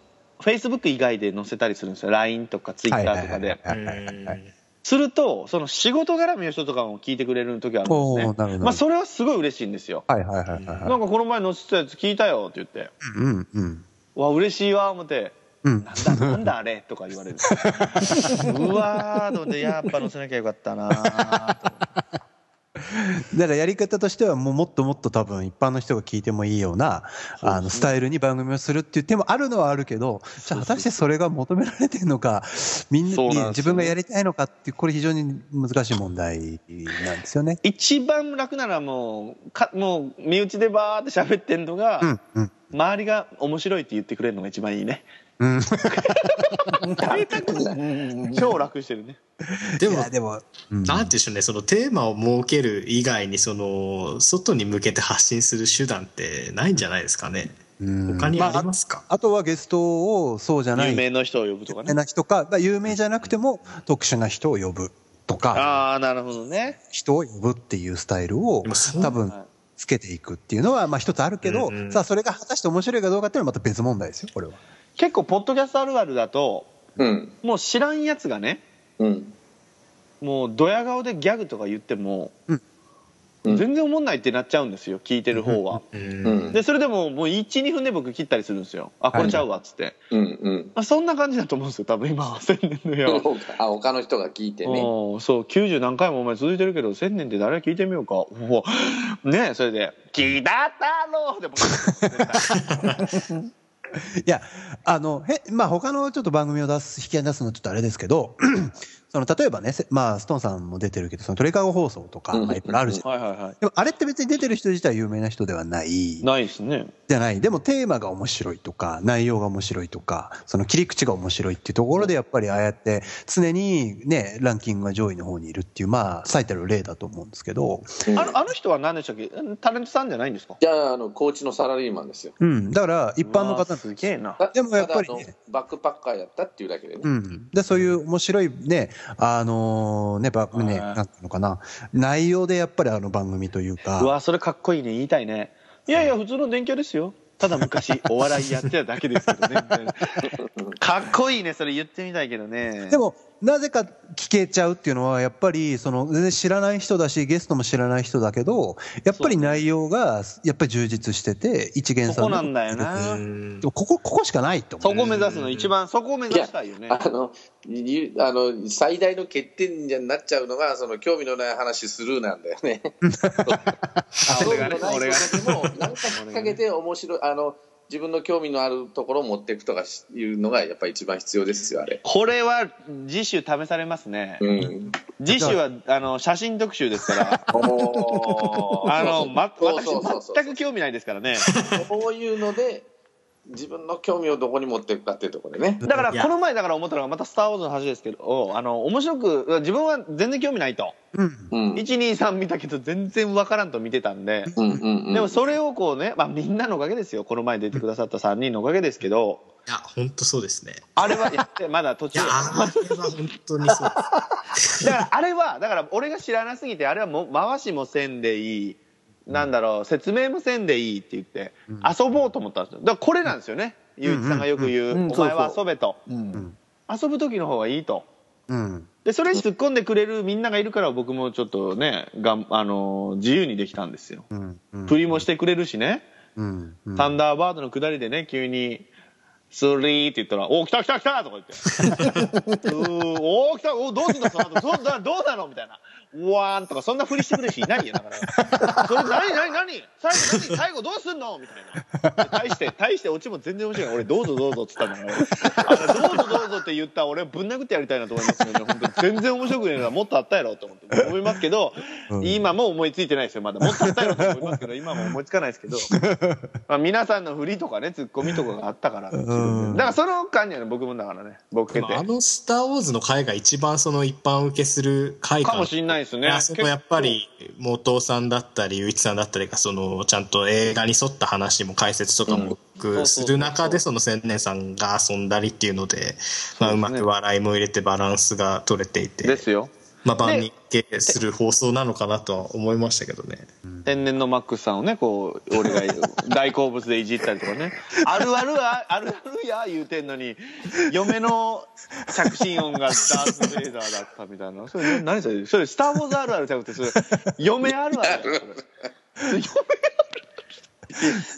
B: Facebook 以外で載せたりするんですよ LINE とか Twitter とかで
C: はいはいはいはい
B: するとその仕事絡みの人とかも聞いてくれる時あるんです
C: お
B: ね
C: ーなるほど
B: まあ、それはすごい嬉しいんですよ、
C: はいはいはいはいは
B: ないんかこの前載せてたやつ聞いたよって言って
C: うんうん
B: 「わ嬉しいわ」思って
C: うん
B: 「 なんだなんだあれ」とか言われるうわーと思ってやっぱ載せなきゃよかったなーと
C: だからやり方としてはもうもっともっと多分一般の人が聞いてもいいようなあのスタイルに番組をするっていう手もあるのはあるけどじゃあ果たしてそれが求められてるのかみんな
B: そうなんです
C: に
B: よね
C: 自分がやりたいのかっていうこれ非常に難しい問題なんですよね。
B: 一番楽ならもうかもう身内でバーって喋ってんのが、
C: うんうん
B: 周りが面白いって言ってくれるのが一番いいね
C: うん、い
B: 大体これ超楽してるね
E: でも
C: やでも、うん
E: なんていうんでしょうね、そのテーマを設ける以外に、その、外に向けて発信する手段ってないんじゃないですかね。
C: うん
E: 他にありますか、
C: あとはゲストをそうじゃない
B: 有
C: 有
B: 名の人を呼ぶとか
C: 名
B: ね
C: な人かまあ有名じゃなくても特殊な人を呼ぶとか
B: ああなるほどね
C: 人を呼ぶっていうスタイルを
E: でもそう
C: 多分
B: はい
C: つけていくっていうのは、まあ一つあるけど、
E: うんうん
C: さあ、それが果たして面白いかどうかっていうのはまた別問題ですよ、これは。
B: 結構ポッドキャストあるあるだと
D: うん。
B: もう知らんやつがね
D: うん。
B: もうドヤ顔でギャグとか言っても、
C: うん
D: うん
B: 全然思んないってなっちゃうんですよ聞いてる方は、
D: う
E: うん
D: ん
B: でそれでももう12分で僕切ったりするんですよあこれちゃうわっつって、
D: うんうん
B: まあ、そんな感じだと思うんですよ多分今は千年のよ
D: そうかあ他の人が聞いてね
B: おーそう90何回もお前続いてるけど1000年って誰聞いてみようかおーねえそれで「聞いただろう」でも
C: いや、あの、へまあ、他のちょっと番組を出す、引き合いに出すのはちょっとあれですけど、 その、例えばね、せまあ、ストーンさんも出てるけど、そのトリカゴ放送とか、
D: うん
C: まあ、いっぱいあるじゃん。
B: はいはいはい
C: でも、あれって別に出てる人自体有名な人ではない、
B: ないですね
C: じゃない。でも、テーマが面白いとか、内容が面白いとか、その切り口が面白いっていうところで、やっぱりああやって、常にね、ランキングが上位の方にいるっていう、まあ、最たる例だと思うんですけど、
D: うん
B: あのあの人は何でしたっけタレントさんじゃないんですか
D: じゃああの高知のサラリーマンですよ
C: うん。だから、一般の
B: うわー
C: 方
B: すげえな
D: た
C: でもやっぱり
D: ただ
C: ね
D: あのバックパッカーやったっていうだけでね
C: うん、でそういう面白いね、あのね、ば
B: はい
C: ね、なんていうのかな、内容でやっぱりあの番組という
B: う
C: か、
B: わそれかっこいいね言いたいねいやいや普通の電気屋ですよただ 昔お笑いやってただけですけどねみたいな かっこいいねそれ言ってみたいけどね
C: でも、なぜか聞けちゃうっていうのは、やっぱりその全然知らない人だし、ゲストも知らない人だけど、やっぱり内容がやっぱり充実してて、一元さん
B: そこなんだよな
E: うん
C: ここここしかないと思
B: そこ目指すの一番そこを目指したいよね
D: あのゆあの最大の欠点になっちゃうのがその興味のない話スルーなんだよね。興
B: 俺
D: 味
B: がね
D: のない
B: 俺がね
D: ことでもなんか引っ掛 けて面白いあの自分の興味のあるところを持っていくとかしいうのがやっぱり一番必要ですよあれ。
B: これは次週試されますね
D: うん。
B: 次週はあの写真特集ですから
D: おー
B: あの、ま、
D: そう
B: 私
D: そうそうそう
B: 全く興味ないですからね
D: こういうので自分の興味をどこに持っていくかっていうところでね。
B: だから
E: いや
B: この前だから思ったのがまた「スター・ウォーズ」の話ですけどあの面白く自分は全然興味ないと
C: うん
D: うん。
B: 123見たけど全然わからんと見てたんで
D: うんうんうん。
B: でもそれをこうね、まあ、みんなのおかげですよこの前出てくださった3人のおかげですけど
E: いや、本当そうですね。
B: あれはやってまだ途
E: い
B: 中
E: や、あれは本当に そうです。
B: だからあれはだから俺が知らなすぎてあれはもう回しもせんでいいなんだろう説明もせんでいいって言って
C: うん
B: 遊ぼうと思ったんですよだからこれなんですよねゆういちさんがよく言う
A: うんうんうん
B: 「お前は
A: そ
B: 遊べ」と
A: うん
B: 遊ぶ時の方がいいと。
C: うん
B: でそれに突っ込んでくれるみんながいるから僕もちょっとねがんあのー自由にできたんですよ
C: うんうん
B: 振りもしてくれるしね、
C: うんうん
B: サンダーバードの下りでね急に「スリー」って言ったら「おお来た来た来た!」とか言って「うーおお来たおーどうすんだその後どうだどうなの?」みたいな「うわーん」とかそんなふりしてくる人いないよだからそれ何何何最後何最後どうすんのみたいな対して対してオチも全然面白い俺「どうぞどうぞ」っつったんだから俺あのどうぞどうぞ」って言った俺ぶん殴ってやりたいなと思いますよね本当に全然面白くねえなもっとあったやろと思って思いますけど、
C: うん
B: 今も思いついてないですよまだもっとあったやろと思いますけど今も思いつかないですけど。まあ、皆さんの振りとかねツッコミとかがあったから、
C: ん
B: だからその間にはね僕もだからね僕け
E: で
B: て
E: もあの「スター・ウォーズ」の回が一番その一般受けする回
B: かもしんないですね
E: あそこやっぱり元尾さんだったり雄一さんだったりがそのちゃんと映画に沿った話も解説とかも
B: うん
E: する中でその千年さんが遊んだりっていうので、まあ、うまく笑いも入れてバランスが取れてい
B: で
E: て、
B: すよ
E: まあ、万人受けする放送なのかなとは思いましたけどね。
B: 天然のマックスさんをねこう俺が 大好物でいじったりとかねあるあるああるあるや言うてんのに嫁の着信音がダース・ベイダーだったみたいなそれ何それそれ「スター・ウォーズあるある」じゃなくてそれ嫁あるあ るだよそれ嫁あるある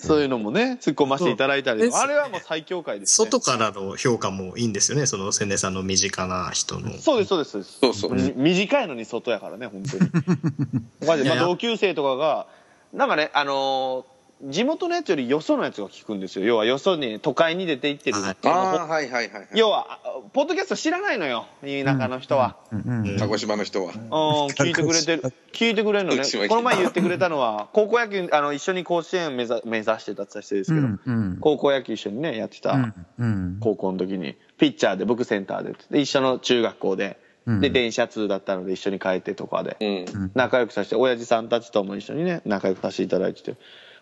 B: そういうのもね突っ込ませていただいたりとか
E: そ
B: あ
E: う
B: れはもう最強回です、ね、
E: 外からの評価もいいんですよね、その千年さんの身近な人の。
B: そうですそうですそうです
D: そうそう。
B: み短いのに外やからね本当にマジで、まあ、
E: いや
B: 同級生とかがなんかねあのー地元のやつよりよそのやつが聞くんですよ要はよそに都会に出て行ってる、
E: はい
D: ああはいはいはいはい。
B: 要はあポッドキャスト知らないのよ田舎の人は、
C: うんうん
E: うん
D: 鹿児島の人は。
B: うん聞いてくれてる聞いてくれるのね
D: うちも聞いて
B: この前言ってくれたのは高校野球あの一緒に甲子園目指目指してたって言った人です
C: う
B: けど、
C: んうん
B: 高校野球一緒にねやってた、
C: うん
B: 高校の時にピッチャーで僕センターでで一緒の中学校で、
C: うん
B: で電車通だったので一緒に帰ってとかで
D: うん。
B: 仲良くさせて親父さんたちとも一緒にね仲良くさせていただいてて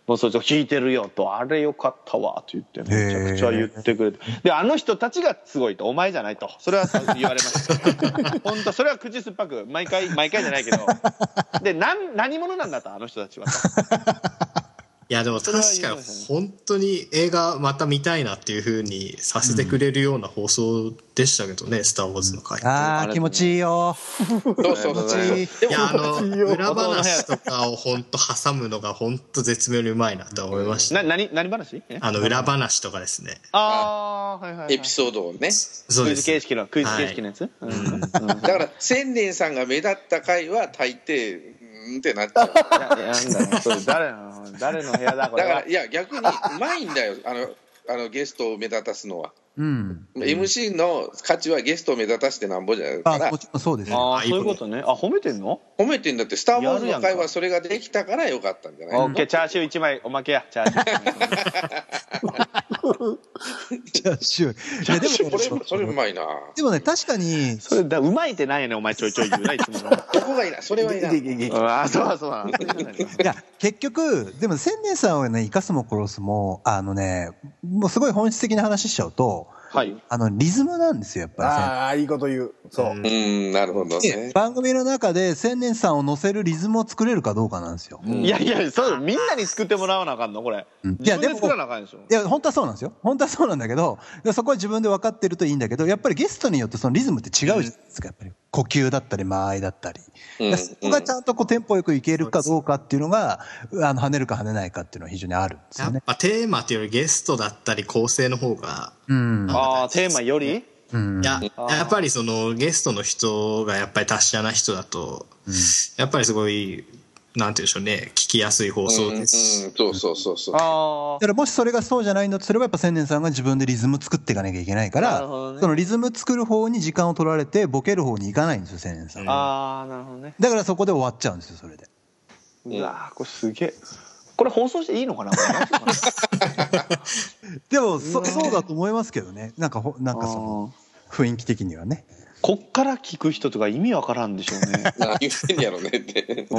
B: もうそいつが「聞いてるよ」と「あれよかったわ」と言ってめちゃくちゃ言ってくれてであの人たちがすごいと「お前じゃない」とそれは言われました本当それは口酸っぱく毎回毎回じゃないけどでなん何者なんだとあの人たちはと
E: いやでも確かに本当に映画また見たいなっていうふうにさせてくれるような放送でしたけどね「スター・ウォーズ」の回
C: ああ、気持ちいいよ。
D: そうそうそう
C: 気持ちいい。
D: で
E: い
D: も
E: やあの
A: いいよ
E: 裏話とかを本当挟むのが本当絶妙にうまいなと思いました
B: な何何話え
E: あの裏話とかですね
B: ああはいはい、はい、
D: エピソードをね
E: そ
B: ク
E: うで
B: イズ
E: す
B: 形式のクイズ形式のやつ、うんうん
D: だから千年さんが目立った回は大抵うーんってなっちゃう
B: いやなんだろうそれ誰の誰の部屋だこ
D: だ
B: れ
D: から
B: はい
D: や逆 にうまいんだよあのあのゲストを目立たすのは、
C: うん。
D: MC の価値はゲストを目立たしてなんぼじゃないか
C: あ
D: ら
C: もちろんそうですよ。
B: ああそういうことねあ褒めてんの
D: 褒めてんだって「スター・ウォー
B: や
D: ズ」の
B: るやん
D: 回
B: か
D: はそれができたからよかったんじゃない
B: オッケーチャーシュー一枚おまけやチャーシュー
C: チャーシューいやで
D: それ
C: も
D: それうまいな
C: でもね、確かに、
B: それだうまいってないねお前ちょいちょい言うないつも の
D: そこがいいなそれはいいな
B: ああそうそうなんだ
C: いや、結局、でも千年さんをね、生かすも殺すも、あのね、もうすごい本質的な話しちゃうと、
B: はい
C: あの、リズムなんですよ、やっぱ
A: ああいいこと言うそう、
E: うん
D: うんなるほど
C: りね
D: ね。
C: 番組の中で千年さんを乗せるリズムを作れるかどうかなんですよ。
A: うん
B: いやいやそうみんなに作ってもらわなあかんのこれ
C: うんい
B: 自
C: や、
B: 分
C: で
B: で
C: も、
B: 作らなあかんでしょ
C: いや、本当はそうなんですよ。本当はそうなんだけど、そこは自分で分かってるといいんだけど、やっぱりゲストによってそのリズムって違うじゃないですか、やっぱり。呼吸だったり、間合いだったり。
D: うん
C: そこがちゃんとこうテンポよくいけるかどうかっていうのが、あの、跳ねるか跳ねないかっていうのは非常にあるんです
E: や
C: よね
E: っ。ぱテーマっていうよりゲストだったり構成の方が
C: うん。
B: ああテーマより
C: うん
E: いや
B: あー
E: やっぱりそのゲストの人がやっぱり達者な人だと、やっぱりすごいなんて言うんでしょうね聞きやすい放送ですし、
D: うんうん、そうそうそうそう。
B: あ
C: だからもしそれがそうじゃないんだとすればやっぱ千年さんが自分でリズム作っていかなきゃいけないから
B: なるほどね
C: そのリズム作る方に時間を取られてボケる方に行かないんですよ千年さん
B: あああなるほどね
C: だからそこで終わっちゃうんですよそれで
B: うわーこれすげえこれ放送していいのか なこれ大丈夫かな
C: でもそそうだと思いますけどねなんかほなんかその雰囲気的にはね
B: こっから聞く人とか意味わからんでしょう ね
D: 何言ってんやろねって。
B: お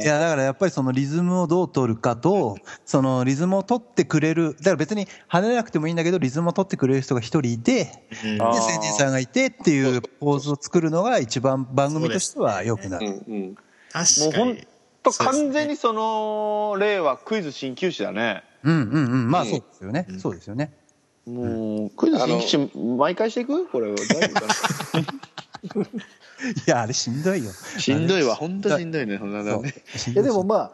C: い
B: ー
C: やだからやっぱりそのリズムをどう取るかとそのリズムを取ってくれるだから別に跳ねなくてもいいんだけどリズムを取ってくれる人が一人いて
E: うん
B: あ
C: で
B: ー
C: 千年さんがいてっていう構図を作るのが一番番組としては良くな
D: う
C: る。
D: んうん。
B: もう
E: 確か
B: ほん
E: に
B: と完全にその例はクイズ鍼灸師だね
C: うんうんうんまあ
D: うん
C: そうですよね、そうですよね
B: もうクイズ鍼灸師毎回していくこ れ大丈夫かな
C: いやあれしんどいよ
B: しんどいわ本当しんどいねそんな
C: そ
B: の
C: う
B: ね
C: しん
A: い
C: ど
A: や
C: い
A: でもまあ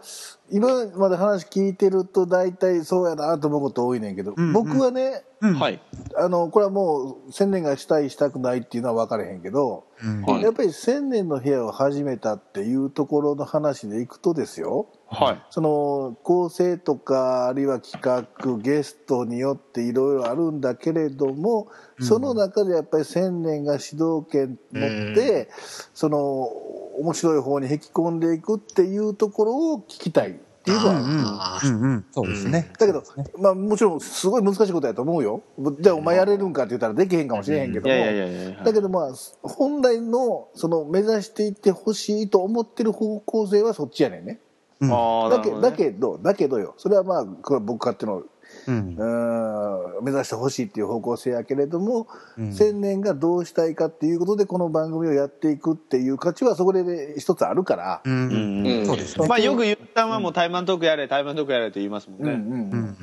A: 今まで話聞いてると大体そうやなと思うこと多いねんけど、
C: うん
A: 僕はね
C: うん
B: はい
A: あのこれはもう千年がしたいしたくないっていうのは分かれへんけど、
C: うん
B: はい
A: やっぱり千年の部屋を始めたっていうところの話でいくとですよ
B: はい
A: その構成とかあるいは企画ゲストによっていろいろあるんだけれどもその中でやっぱり千年が主導権持って、その面白い方に引き込んでいくっていうところを聞きたいっていうのはある
E: あ
C: う
E: ー
C: んうんそうですね、
A: だけど、まあ、もちろんすごい難しいことやと思うよじゃあお前やれるんかって言ったらできへんかもしれへんけど
B: い
A: も、
B: やいやいやいや
A: だけどまあ本来のその目指していってほしいと思ってる方向性はそっちやねんね
C: うん
B: ああな
A: だ
B: る
A: け
B: ほど
A: だ
B: ね
A: けどだけどよそれはまあこれは僕勝手の
C: うん
A: うーん目指してほしいっていう方向性やけれども、千年がどうしたいかっていうことでこの番組をやっていくっていう価値はそこで一つあるから、
C: う
B: うんん
D: うん
C: そうですね
B: まあよく言ったのはもう台湾トークやれ台湾トークやれって言いますもん
A: うん
B: ね、
A: うん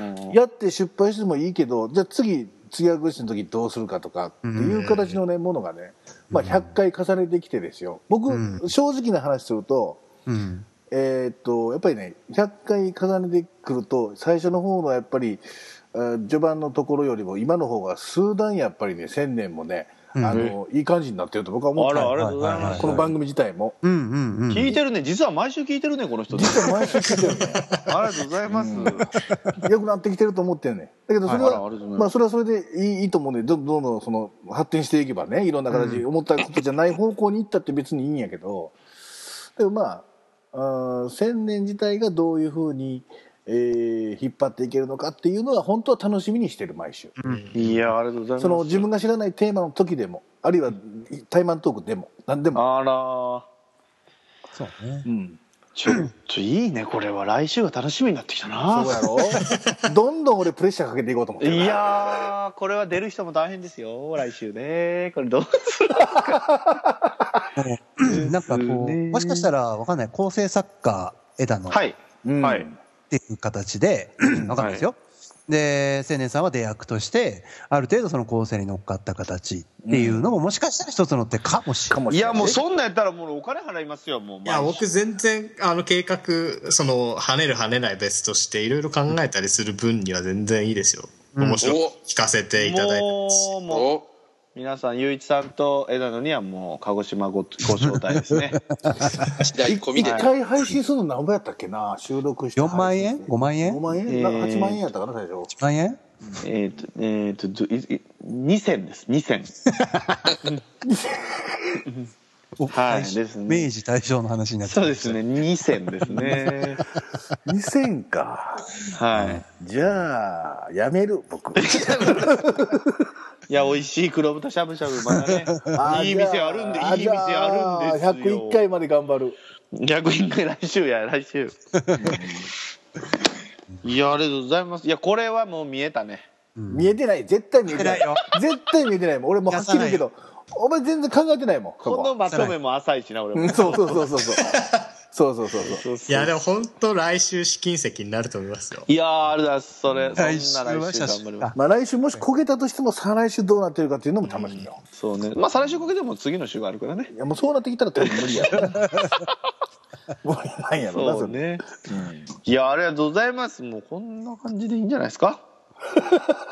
C: うん
E: うん
B: うん
A: やって失敗してもいいけどじゃあ次次はグの時どうするかとかっていう形のねものがね、まあ、100回重ねてきてですよ僕、
C: うん
A: 正直な話すると,、
C: うん
A: えーっとやっぱりね100回重ねてくると最初の方のやっぱり、えー序盤のところよりも今の方が数段やっぱりね1000年もね、あのいい感じになってると僕は思
B: あ
A: っ
B: らあ
A: た
B: りがとうござい
C: は
B: ま
C: い
B: す
A: この番組自体も。
C: うんうんうん
B: 聞いてるね実は毎週聞いてるねこの人
A: 実は毎週聞いてるね
B: ありがとうございます、
A: 良くなってきてると思ってるねだけどそれは、
B: はいあらありがとうございます
A: まあそれはそれでいいいいと思うねどんどんどんその発展していけばねいろんな形思ったことじゃない方向に行ったって別にいいんやけどでもまああー千年自体がどういうふうに、えー引っ張っていけるのかっていうのは本当は楽しみにしてる毎週、
B: いやありがとうございます
A: その自分が知らないテーマの時でもあるいはタイマントークでも何でも、
B: あら
C: そうね
A: うん、
B: ちょっといいねこれは来週が楽しみになってきたな
A: そうや ろどんどん俺プレッシャーかけていこうと思ってる
B: いやーこれは出る人も大変ですよ来週ねこれどうする
C: なんかこうもしかしたらわかんない構成作家枝野
B: はい、
A: うん
B: はい
C: っていう 形で、わかるんですよ。で、青年さんは出役として、ある程度その構成に乗っかった形っていうのも、もしかしたら一つの手かもしれない。
B: いやもうそんなんやったらもうお金払いますよもう
E: いや、僕全然、あの、計画、その、跳ねる跳ねない別として、いろいろ考えたりする分には全然いいですよ。
C: うん
E: 面白く聞かせていただいてますし
B: もうもう
D: お
B: 皆さんゆういちさんと枝野にはもう鹿児島ごご招待ですね
D: 期待込み
A: 一
D: で。
A: 回配信するの何本やったっけな収録して
C: 4万
A: 配信
C: 円
A: して
C: ?5 万円
A: 5
C: ?1
A: 万円なんか8万円やったかな最初
C: 万円
B: えっとえっ、とずいい2000です2000はいですね
C: 明治大正の話になっちゃ
B: そううですね2000ですね
A: 2000か
B: は
A: じゃあやめる 僕
B: いいや美味しい黒豚しゃぶしゃぶまだね
A: あ
B: いい
A: じゃ
B: 店あるんでいい
A: じ
B: 店
A: ゃ
B: あるんですよ
A: 101回まで頑張る
B: 逆にね来週や来週いやありがとうございますいやこれはもう見えたね
A: 見えてない絶対見えてない
C: 見えてないよ
A: 絶対見えてないもん俺もうはっきり言うけどお前全然考えてないもんそ
B: このまとめも浅いしな俺
A: う
B: も
A: んそうそうそうそうそうそうそうそう そう
E: いや、でも本当来週試金石になると思いますよ。
B: いやーあれだそれ
C: 来週
B: そんな
C: は
B: 来週
C: 写
B: 頑張り
C: 真
B: ま
C: だ
B: す。
A: まあ来週もしこけたとしても再来週どうなってるかっていうのも楽しみよ、
B: そうねまあ再来週かけても次の週があるからね
A: いやもうそうなってきたら多分無理や ろなもうなんやろな
B: そう
A: それ
B: ねいやありがとうございますもうこんな感じでいいんじゃないで すか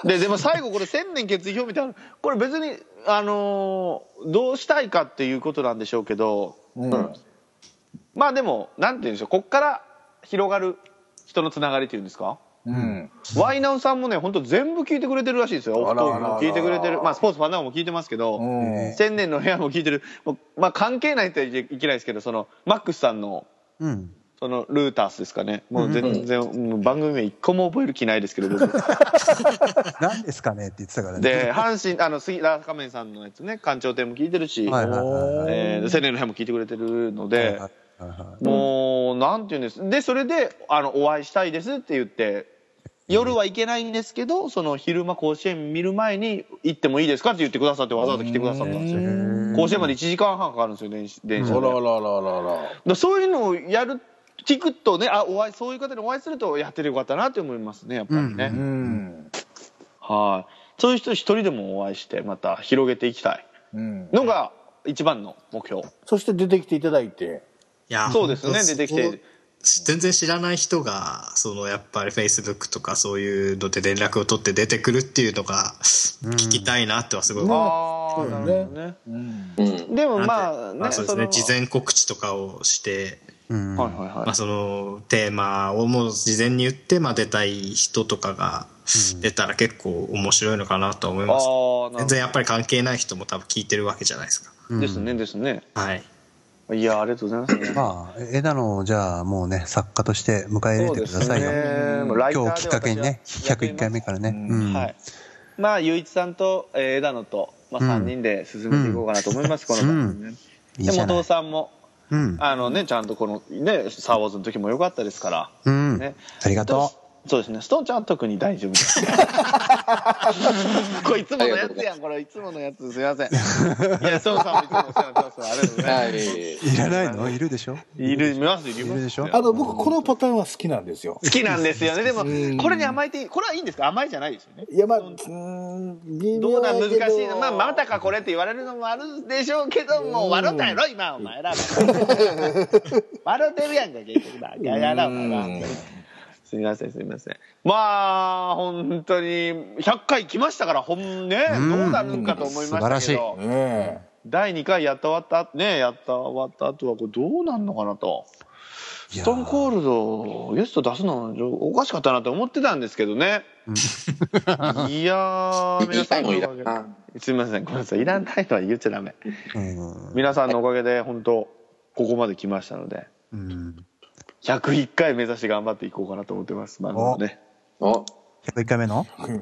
B: ででも最後これ千年決意表みたいなこれ別にあのーどうしたいかっていうことなんでしょうけど
A: うん
B: まあでもなんて言うんでしょうこっから広がる人のつながりっていうんですか
A: うん
B: ワイナウさんもね本当全部聞いてくれてるらしいですよオ
A: あ
B: フ
A: ら
B: ト
A: あ
B: ー
A: ら
B: ク
A: あら
B: も聞いてくれてるまあスポーツファンダーも聞いてますけど、
A: うん
B: 千年の部屋も聞いてるもうまあ関係ないとはいけないですけどそのマックスさんの
C: うん。
B: そのルータースですかねもう全然、もう番組名一個も覚える気ないですけど僕
C: 何ですかねって言ってたからね。
B: で阪神あの杉田仮面さんのやつね館長店も聞いてるし、
C: はいはいはいはい
B: えー千年の部屋も聞いてくれてるので、
C: はいはいはい
B: もうなんて言うんですでそれであのお会いしたいですって言って夜は行けないんですけどその昼間甲子園見る前に行ってもいいですかって言ってくださってわざわざ来てくださったんですよ甲子園まで1時間半かかるんですよ電子電車でだか
D: らららら。
B: らそういうのをやる聞くとねあお会いそういう方にお会いするとやっててよかったなって思いますねやっぱりね、
A: うん
B: はいそういう人一人でもお会いしてまた広げていきたい
A: うん
B: のが一番の目標
A: そして出てきていただいて
E: いや
B: そうですね
E: 本当
B: 出てきて
E: そう全然知らない人がそのやっぱりフェイスブックとかそういうので連絡を取って出てくるっていうのが聞きたいなってはすごい、
A: うん
B: ああなるほどね
D: うん。
B: でも
E: なんて
B: まあね
E: まあそうですね
B: の
E: 事前告知とかをして、
C: うん
B: はいはいはい
E: まあ、そのテーマをもう事前に言って、まあ、出たい人とかが出たら結構面白いのかなとは思います、
B: ああなるほ
E: 全
B: ど
E: 然やっぱり関係ない人も多分聞いてるわけじゃないですか
B: ですねですね
E: はい
B: いやありがとうございますね
C: まあ、枝野をじゃあもうね、作家として迎え入れてくださいよ。
B: ね
C: 今日きっかけにね、101回目からね。うん
B: はいまあ雄一さんとえー枝野とまあ
C: うん
B: 3人で進めていこうかなと思いますこの番組ね
C: いい
B: で
C: じ
B: 元
C: ゃな
B: 尾
C: い。
B: さんも
C: うん。
B: あのねちゃんとこのね「スター・ウォーズ」の時も良かったですから
C: うん。
B: ね
C: ありがと
B: そうですねストーンちゃんは特に大丈夫ですこれいつものやつやんこれいつものやつすいませんいやストーンさんもいつもお世話になってますありがとうございます
D: はい。
C: う。いらないのいるでしょ
B: いるいますいるいます
C: でしょ
A: あの僕このパターンは好きなんですよ
B: 好きなんですよねでも
A: うん
B: これに甘えていいこれはいいんですか甘いじゃないですよね
A: いやまあうーん微
B: ど
A: 妙
B: うな
A: や
B: ん
A: け
B: 難しいのまあまたかこれって言われるのもあるでしょうけどもう笑うたんやろ今お前ら笑うてるやんか結局だややらお前らすみませんすみませんまあ本当に100回来ましたからほんねどうなるんかと思いました
C: 素晴
B: け
C: ら
B: ど
A: ね
B: 第2回やった終わったねやった終わった後はこれどうなるのかなと
C: いや
B: ストーンコールドゲスト出すのおかしかったなと思ってたんですけどねいやー
D: 言
B: 皆
D: い
B: さ
D: た
B: ん
D: い
B: の
D: もん
B: お
D: いらん
B: か
D: な。
B: げすみませんごめんなさいいらないのは言っちゃダメ
C: うん
B: 皆さんのおかげで本当ここまで来ましたので
C: うん。
B: 101回目指して頑張っていこうかなと思ってます番組をね、
D: お
C: 101回目の
A: うん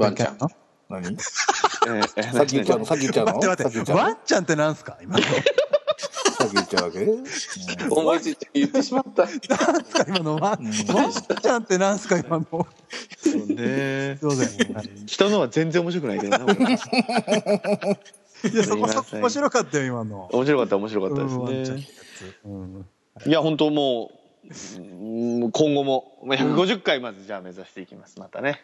D: ワ
C: ?101
D: ンち
C: 回
D: ゃ
C: 目
D: ん
C: の
A: 何
B: えーえー
A: さっき言っちゃうのさっき言っちゃうの
C: 待って
A: さっき
C: 待
A: 言って
C: っ、
A: ちゃう
C: ワ
A: の
C: ンちゃんってなんすか今の。
A: さっき言っちゃうわ け
D: 思い ついて言ってしまった。
C: なんすか今のワンワンちゃんってなんすか今の。
B: そうね
C: すいません。
B: 人のは全然面白くないけどな俺
C: いや、そこ
B: すい
C: そ
B: ま
C: こ
B: せん
C: 面白かったよ、今の。
B: 面白かった面白かった
C: うんワン
B: で
C: ち
B: す
C: ゃんっ
B: ね
C: てやつうん
B: いや本当もうん今後もまあ150回まずじゃあ目指していきますまたね、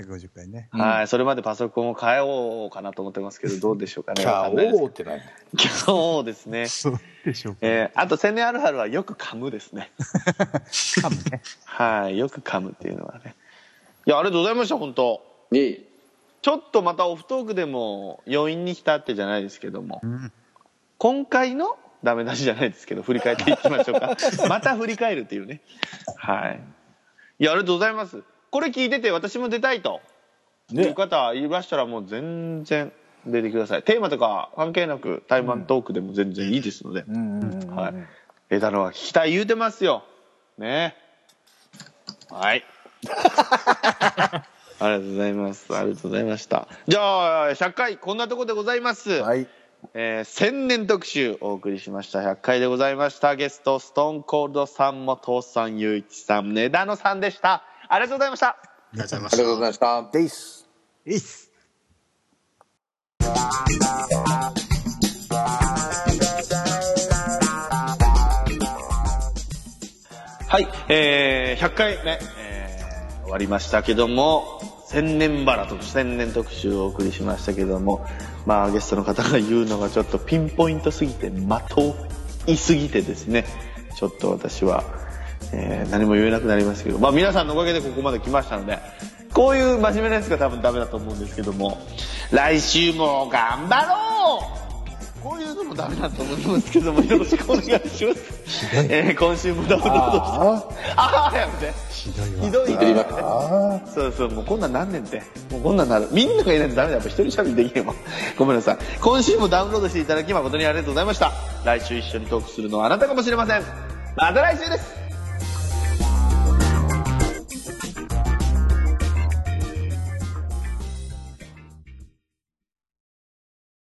C: 150回ね。
B: はいそれまでパソコンを変えようかなと思ってますけどどうでしょうかね
A: キ
B: わ
A: ャ
B: かんないです
A: オー
B: け
A: ってなんだ
B: どキャオーですね
C: そうでしょうか。
B: えーあと千年あるはるはよく噛むですね
C: かもね。
B: はいよく噛むっていうのはねいやありがとうございました本当
D: いい
B: ちょっとまたオフトークでも余韻に浸ってじゃないですけども、
C: ん
B: 今回のダメ出しじゃないですけど振り返っていきましょうかまた振り返るっていうねはいいやありがとうございますこれ聞いてて私も出たいと
A: ね
B: いう方いましたらもう全然出てくださいテーマとか関係なく対マントークでも全然いいですので、
A: うんうんうん
B: はい枝野は聞きたい言うてますよねはい ありがとうございますありがとうございましたじゃあ100回こんなとこでございます、
A: はい
B: えー千年特集お送りしました100回でございましたゲストストーンコールドさんも父さん雄一さん枝野さんでしたありがとうございました
E: りがとうご
D: ありが
E: ざい
D: とう
E: ま
D: ござ
E: し
D: い
E: た。
D: ました
A: です
C: いいっす。
B: はい、えー100回目、えー終わりましたけども千年バラと千年特集をお送りしましたけどもまあゲストの方が言うのがちょっとピンポイントすぎて的いすぎてですねちょっと私は、えー何も言えなくなりましたけどまあ皆さんのおかげでここまで来ましたのでこういう真面目なやつが多分ダメだと思うんですけども来週も頑張ろうこういうのもダメだと思いますけどもよろしくお願いします、えー今週もダウンロードして
A: あ
B: ああやめて
C: ひどいわ
B: ひ。どい
D: りま
A: ああ
B: そうそうもうこんなんなんねんてもうこんなんなるみんながいないとダメだやっぱ一人喋りできねえもんごめんなさい今週もダウンロードしていただき誠にありがとうございました来週一緒にトークするのはあなたかもしれませんまた来週です